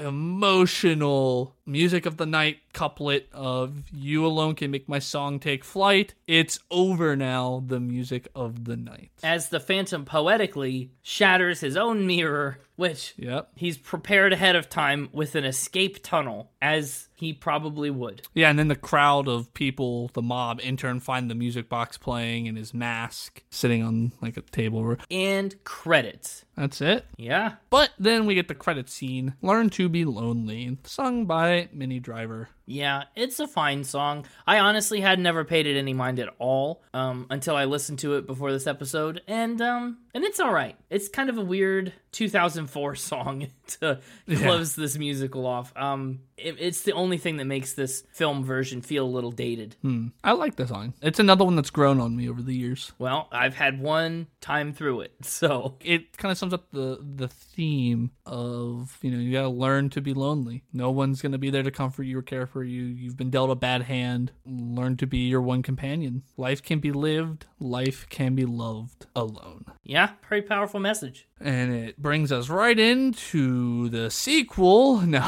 S2: emotional music of the night couplet of You Alone Can Make My Song Take Flight. It's over now, the music of the night.
S1: As the Phantom poetically shatters his own mirror, which
S2: Yep.
S1: he's prepared ahead of time with an escape tunnel, as he probably would.
S2: Yeah, and then the crowd of people, the mob, enter and find the music box playing and his mask sitting on like a table.
S1: And credits.
S2: That's it.
S1: Yeah.
S2: But then we get the credit scene, Learn to Be Lonely, sung by Minnie Driver.
S1: Yeah, it's a fine song. I honestly had never paid it any mind at all um, until I listened to it before this episode, and um, and it's all right. It's kind of a weird 2004 [LAUGHS] song to close this musical off. Um, it, it's the only thing that makes this film version feel a little dated.
S2: Hmm, I like the song. It's another one that's grown on me over the years.
S1: Well, I've had one time through it, [LAUGHS] so
S2: It kind of sums up the the theme of you know you gotta learn to be lonely. No one's gonna be there to comfort you or care for you. You've been dealt a bad hand. Learn to be your one companion. Life can be lived. Life can be loved alone.
S1: yeah, pretty powerful message.
S2: And it brings us right into the sequel. [LAUGHS] No,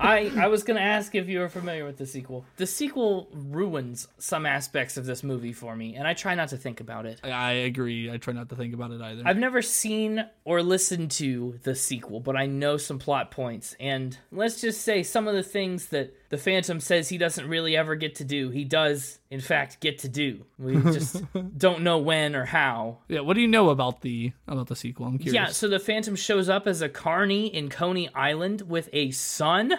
S1: I, I was going to ask if you were familiar with the sequel. The sequel ruins some aspects of this movie for me, and I try not to think about it.
S2: I agree. I try not to think about it either.
S1: I've never seen or listened to the sequel, but I know some plot points. And let's just say some of the things that the Phantom says he doesn't really ever get to do, he does, in fact, get to do. We just don't know when or how.
S2: yeah, what do you know about the about the sequel? I'm curious.
S1: Yeah, so the Phantom shows up as a carny in Coney Island with a son.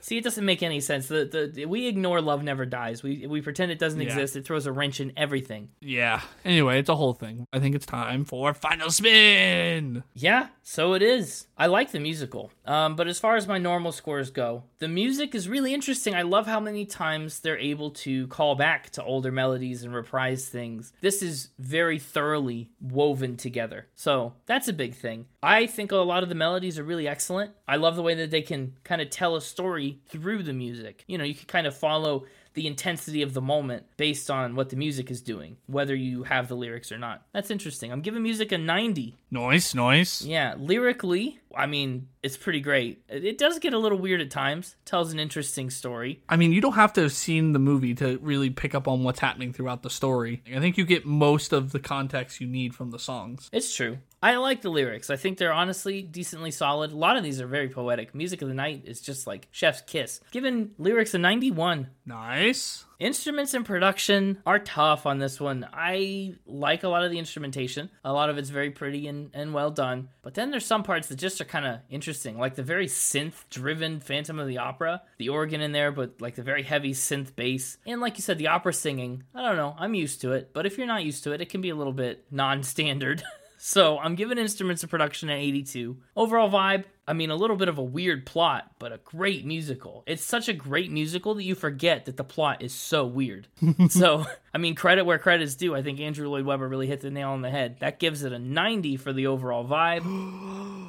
S1: See, it doesn't make any sense. The, the we ignore Love Never Dies. We we pretend it doesn't exist. It throws a wrench in everything.
S2: Yeah. Anyway, it's a whole thing. I think it's time for final spin.
S1: Yeah, so it is. I like the musical. Um, but as far as my normal scores go, the music is really interesting. I love how many times they're able to call back to older melodies and reprise things. This is very thoroughly woven together. So that's a big thing. I think a lot of the melodies are really excellent. I love the way that they can kind of tell a story through the music. You know, you can kind of follow the intensity of the moment based on what the music is doing, whether you have the lyrics or not. That's interesting. I'm giving music a 90.
S2: Nice, nice.
S1: Yeah, lyrically, I mean, it's pretty great. It it does get a little weird at times. Tells an interesting story.
S2: I mean, you don't have to have seen the movie to really pick up on what's happening throughout the story. I think you get most of the context you need from the songs.
S1: It's true. I like the lyrics. I think they're honestly decently solid. A lot of these are very poetic. Music of the Night is just like chef's kiss. Given lyrics a 91.
S2: Nice.
S1: Instruments and production are tough on this one. I like a lot of the instrumentation. A lot of it's very pretty and, and well done. But then there's some parts that just are kind of interesting, like the very synth driven Phantom of the Opera, the organ in there, but like the very heavy synth bass. And like you said, the opera singing. I don't know. I'm used to it. But if you're not used to it, it can be a little bit non [LAUGHS] standard. So I'm giving Instruments of Production an 82. Overall vibe, I mean, a little bit of a weird plot, but a great musical. It's such a great musical that you forget that the plot is so weird. so, I mean, credit where credit's due. I think Andrew Lloyd Webber really hit the nail on the head. That gives it a 90 for the overall vibe.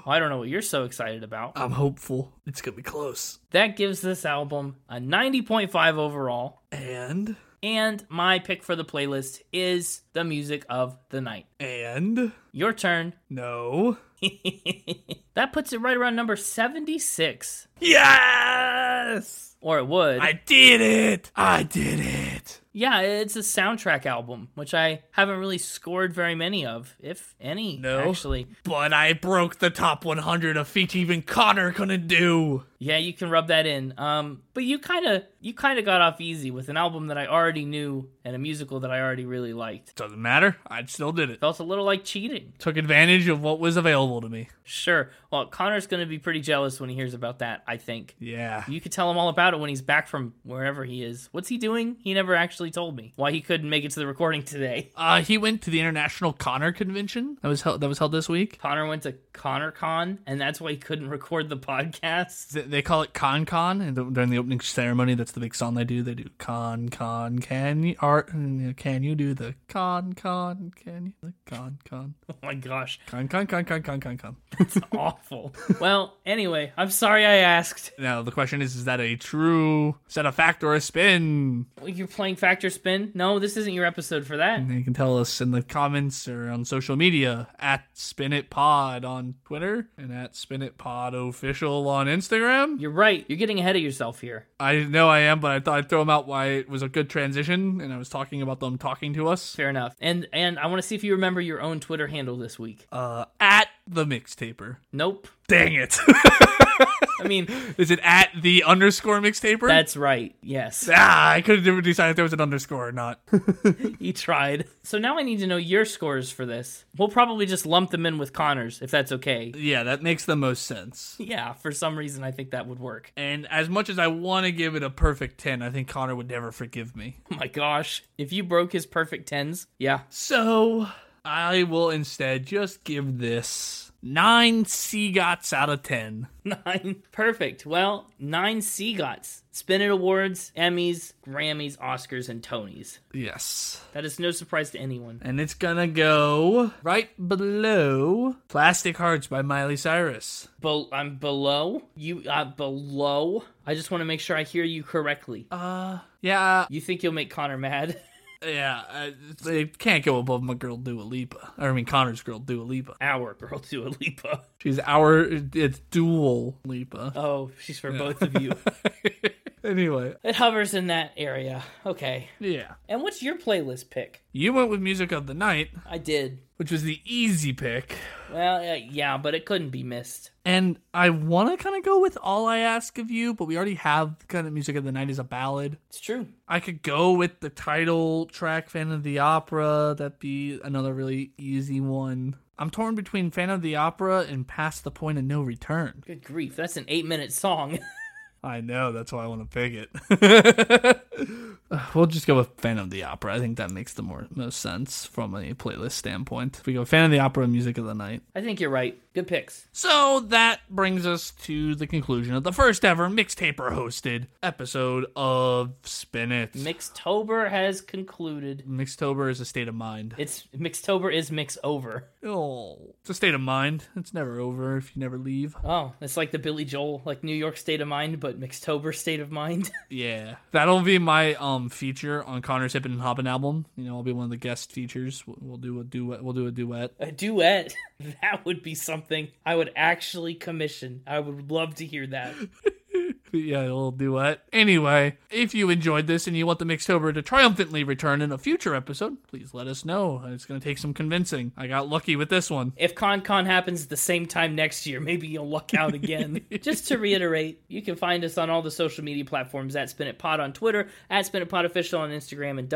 S1: I don't know what you're so excited about.
S2: I'm hopeful. It's going to be close.
S1: That gives this album a 90.5 overall.
S2: And,
S1: And my pick for the playlist is The Music of the Night.
S2: and,
S1: Your turn.
S2: no.
S1: [LAUGHS] that puts it right around number 76.
S2: Yes!
S1: Or it would.
S2: I did it! I did it!
S1: yeah, it's a soundtrack album, which I haven't really scored very many of, if any,
S2: No.
S1: actually.
S2: But I broke the top 100 of feat even Connor couldn't do.
S1: Yeah, you can rub that in. Um, but you kind of you kind of got off easy with an album that I already knew and a musical that I already really liked.
S2: Doesn't matter. I still did it.
S1: Felt a little like cheating.
S2: Took advantage of what was available to me.
S1: Sure. Well, Connor's going to be pretty jealous when he hears about that, I think.
S2: Yeah.
S1: You could tell him all about it when he's back from wherever he is. What's he doing? He never actually told me why he couldn't make it to the recording today.
S2: Uh, he went to the International Connor Convention that was held, that was held this week.
S1: Connor went to ConnorCon, and that's why he couldn't record the podcast. [LAUGHS]
S2: Th- They call it Con Con, and th- during the opening ceremony, that's the big song they do. They do Con Con. Can you art? Can you do the Con Con? Can you the Con Con?
S1: Oh my gosh,
S2: Con Con Con Con Con Con Con.
S1: it's awful. well, anyway, I'm sorry I asked.
S2: Now the question is: Is that a true? Is that a fact or a spin?
S1: You're playing Factor Spin? No, this isn't your episode for that.
S2: And you can tell us in the comments or on social media at Spin It Pod on Twitter and at Spin It Pod Official on Instagram.
S1: You're right. You're getting ahead of yourself here.
S2: I know I am, but I thought I'd throw them out why it was a good transition, and I was talking about them talking to us.
S1: Fair enough. And and I want to see if you remember your own Twitter handle this week.
S2: Uh, at the mixtaper.
S1: Nope.
S2: Dang it. [LAUGHS]
S1: I mean,
S2: Is it at the underscore mixtaper?
S1: that's right. Yes.
S2: Ah, I couldn't even decide if there was an underscore or not.
S1: He tried. So now I need to know your scores for this. We'll probably just lump them in with Connor's if that's okay.
S2: yeah, that makes the most sense.
S1: Yeah, for some reason I think that would work.
S2: And as much as I want to give it a perfect 10, I think Connor would never forgive me.
S1: Oh my gosh. If you broke his perfect tens, yeah,
S2: So I will instead just give this nine Seagots out of ten.
S1: Nine. [LAUGHS] Perfect. Well, nine Seagots. Spin It Awards, Emmys, Grammys, Oscars, and Tonys.
S2: Yes.
S1: That is no surprise to anyone.
S2: And it's gonna go right below Plastic Hearts by Miley Cyrus.
S1: Be- I'm below. You, uh, below. I just want to make sure I hear you correctly.
S2: Uh, yeah,
S1: You think you'll make Connor mad? [LAUGHS]
S2: yeah. Uh, it can't go above my girl Dua Lipa. Or, I mean, Connor's girl Dua Lipa.
S1: Our girl, Dua Lipa.
S2: She's our, it's dual Lipa. [LAUGHS]
S1: Oh, she's for both of you.
S2: anyway,
S1: It hovers in that area. Okay.
S2: yeah.
S1: And what's your playlist pick?
S2: You went with Music of the Night,
S1: I did.
S2: which was the easy pick.
S1: Well, uh, yeah, but it couldn't be missed.
S2: And I want to kind of go with All I Ask of You, but we already have kind of Music of the Night as a ballad.
S1: It's true.
S2: I could go with the title track Phantom of the Opera. That'd be another really easy one. I'm torn between Phantom of the Opera and Past the Point of No Return.
S1: Good grief. That's an eight minute song. [LAUGHS]
S2: I know, that's why I want to pick [LAUGHS] it. Uh, we'll just go with Phantom of the Opera. I think that makes the more most sense from a playlist standpoint. If we go Phantom of the Opera, Music of the Night.
S1: I think you're right. Good picks.
S2: So that brings us to the conclusion of the first ever mixtaper hosted episode of Spin It.
S1: Mixtober has concluded.
S2: Mixtober is a state of mind.
S1: It's Mixtober is mix over.
S2: Oh, it's a state of mind. It's never over if you never leave.
S1: Oh, it's like the Billy Joel, like New York state of mind, but Mixtober state of mind. [LAUGHS]
S2: Yeah, that'll be my um feature on Connor's Hippin' and Hoppin' album. You know, I'll be one of the guest features. We'll, we'll do a duet. We'll do a duet.
S1: A duet. [LAUGHS] That would be something I would actually commission. I would love to hear that.
S2: yeah, a little duet. Anyway, if you enjoyed this and you want the Mixtober to triumphantly return in a future episode, please let us know. It's going to take some convincing. I got lucky with this one.
S1: If Con Con happens at the same time next year, maybe you'll luck out again. Just to reiterate, you can find us on all the social media platforms at Spin It Pod on Twitter, at Spin It Pod Official on Instagram, and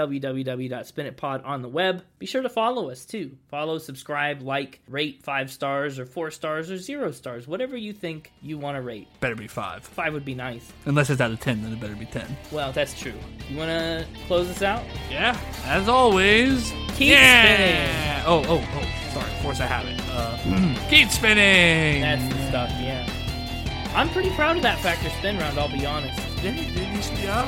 S1: www.spinitpod on the web. Be sure to follow us too. Follow, subscribe, like, rate five stars or four stars or zero stars, whatever you think you want to rate.
S2: Better be five.
S1: Five would be nice.
S2: Unless it's out of 10, then it better be 10.
S1: Well, that's true. You want to close this out?
S2: Yeah, as always.
S1: Keep
S2: yeah! Oh, oh, oh, sorry. Force of habit. Uh, [CLEARS THROAT] keep spinning!
S1: That's the stuff, yeah. I'm pretty proud of that factor spin round, I'll be honest.
S2: Yeah, you did a decent job.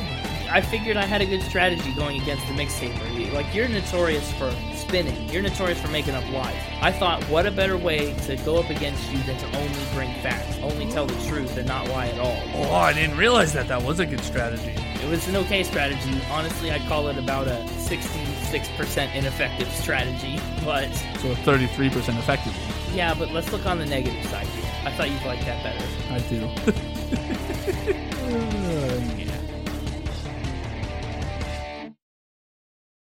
S1: I figured I had a good strategy going against the mixtaper. Like you're notorious for spinning. You're notorious for making up lies. I thought, what a better way to go up against you than to only bring facts, only tell the truth and not lie at all.
S2: Oh, I didn't realize that that was a good strategy.
S1: It was an okay strategy. Honestly, I'd call it about a 66% ineffective strategy. But
S2: So 33% effectively.
S1: yeah, but let's look
S2: [LAUGHS]
S1: on the negative side here. I thought you'd like that better.
S2: I do.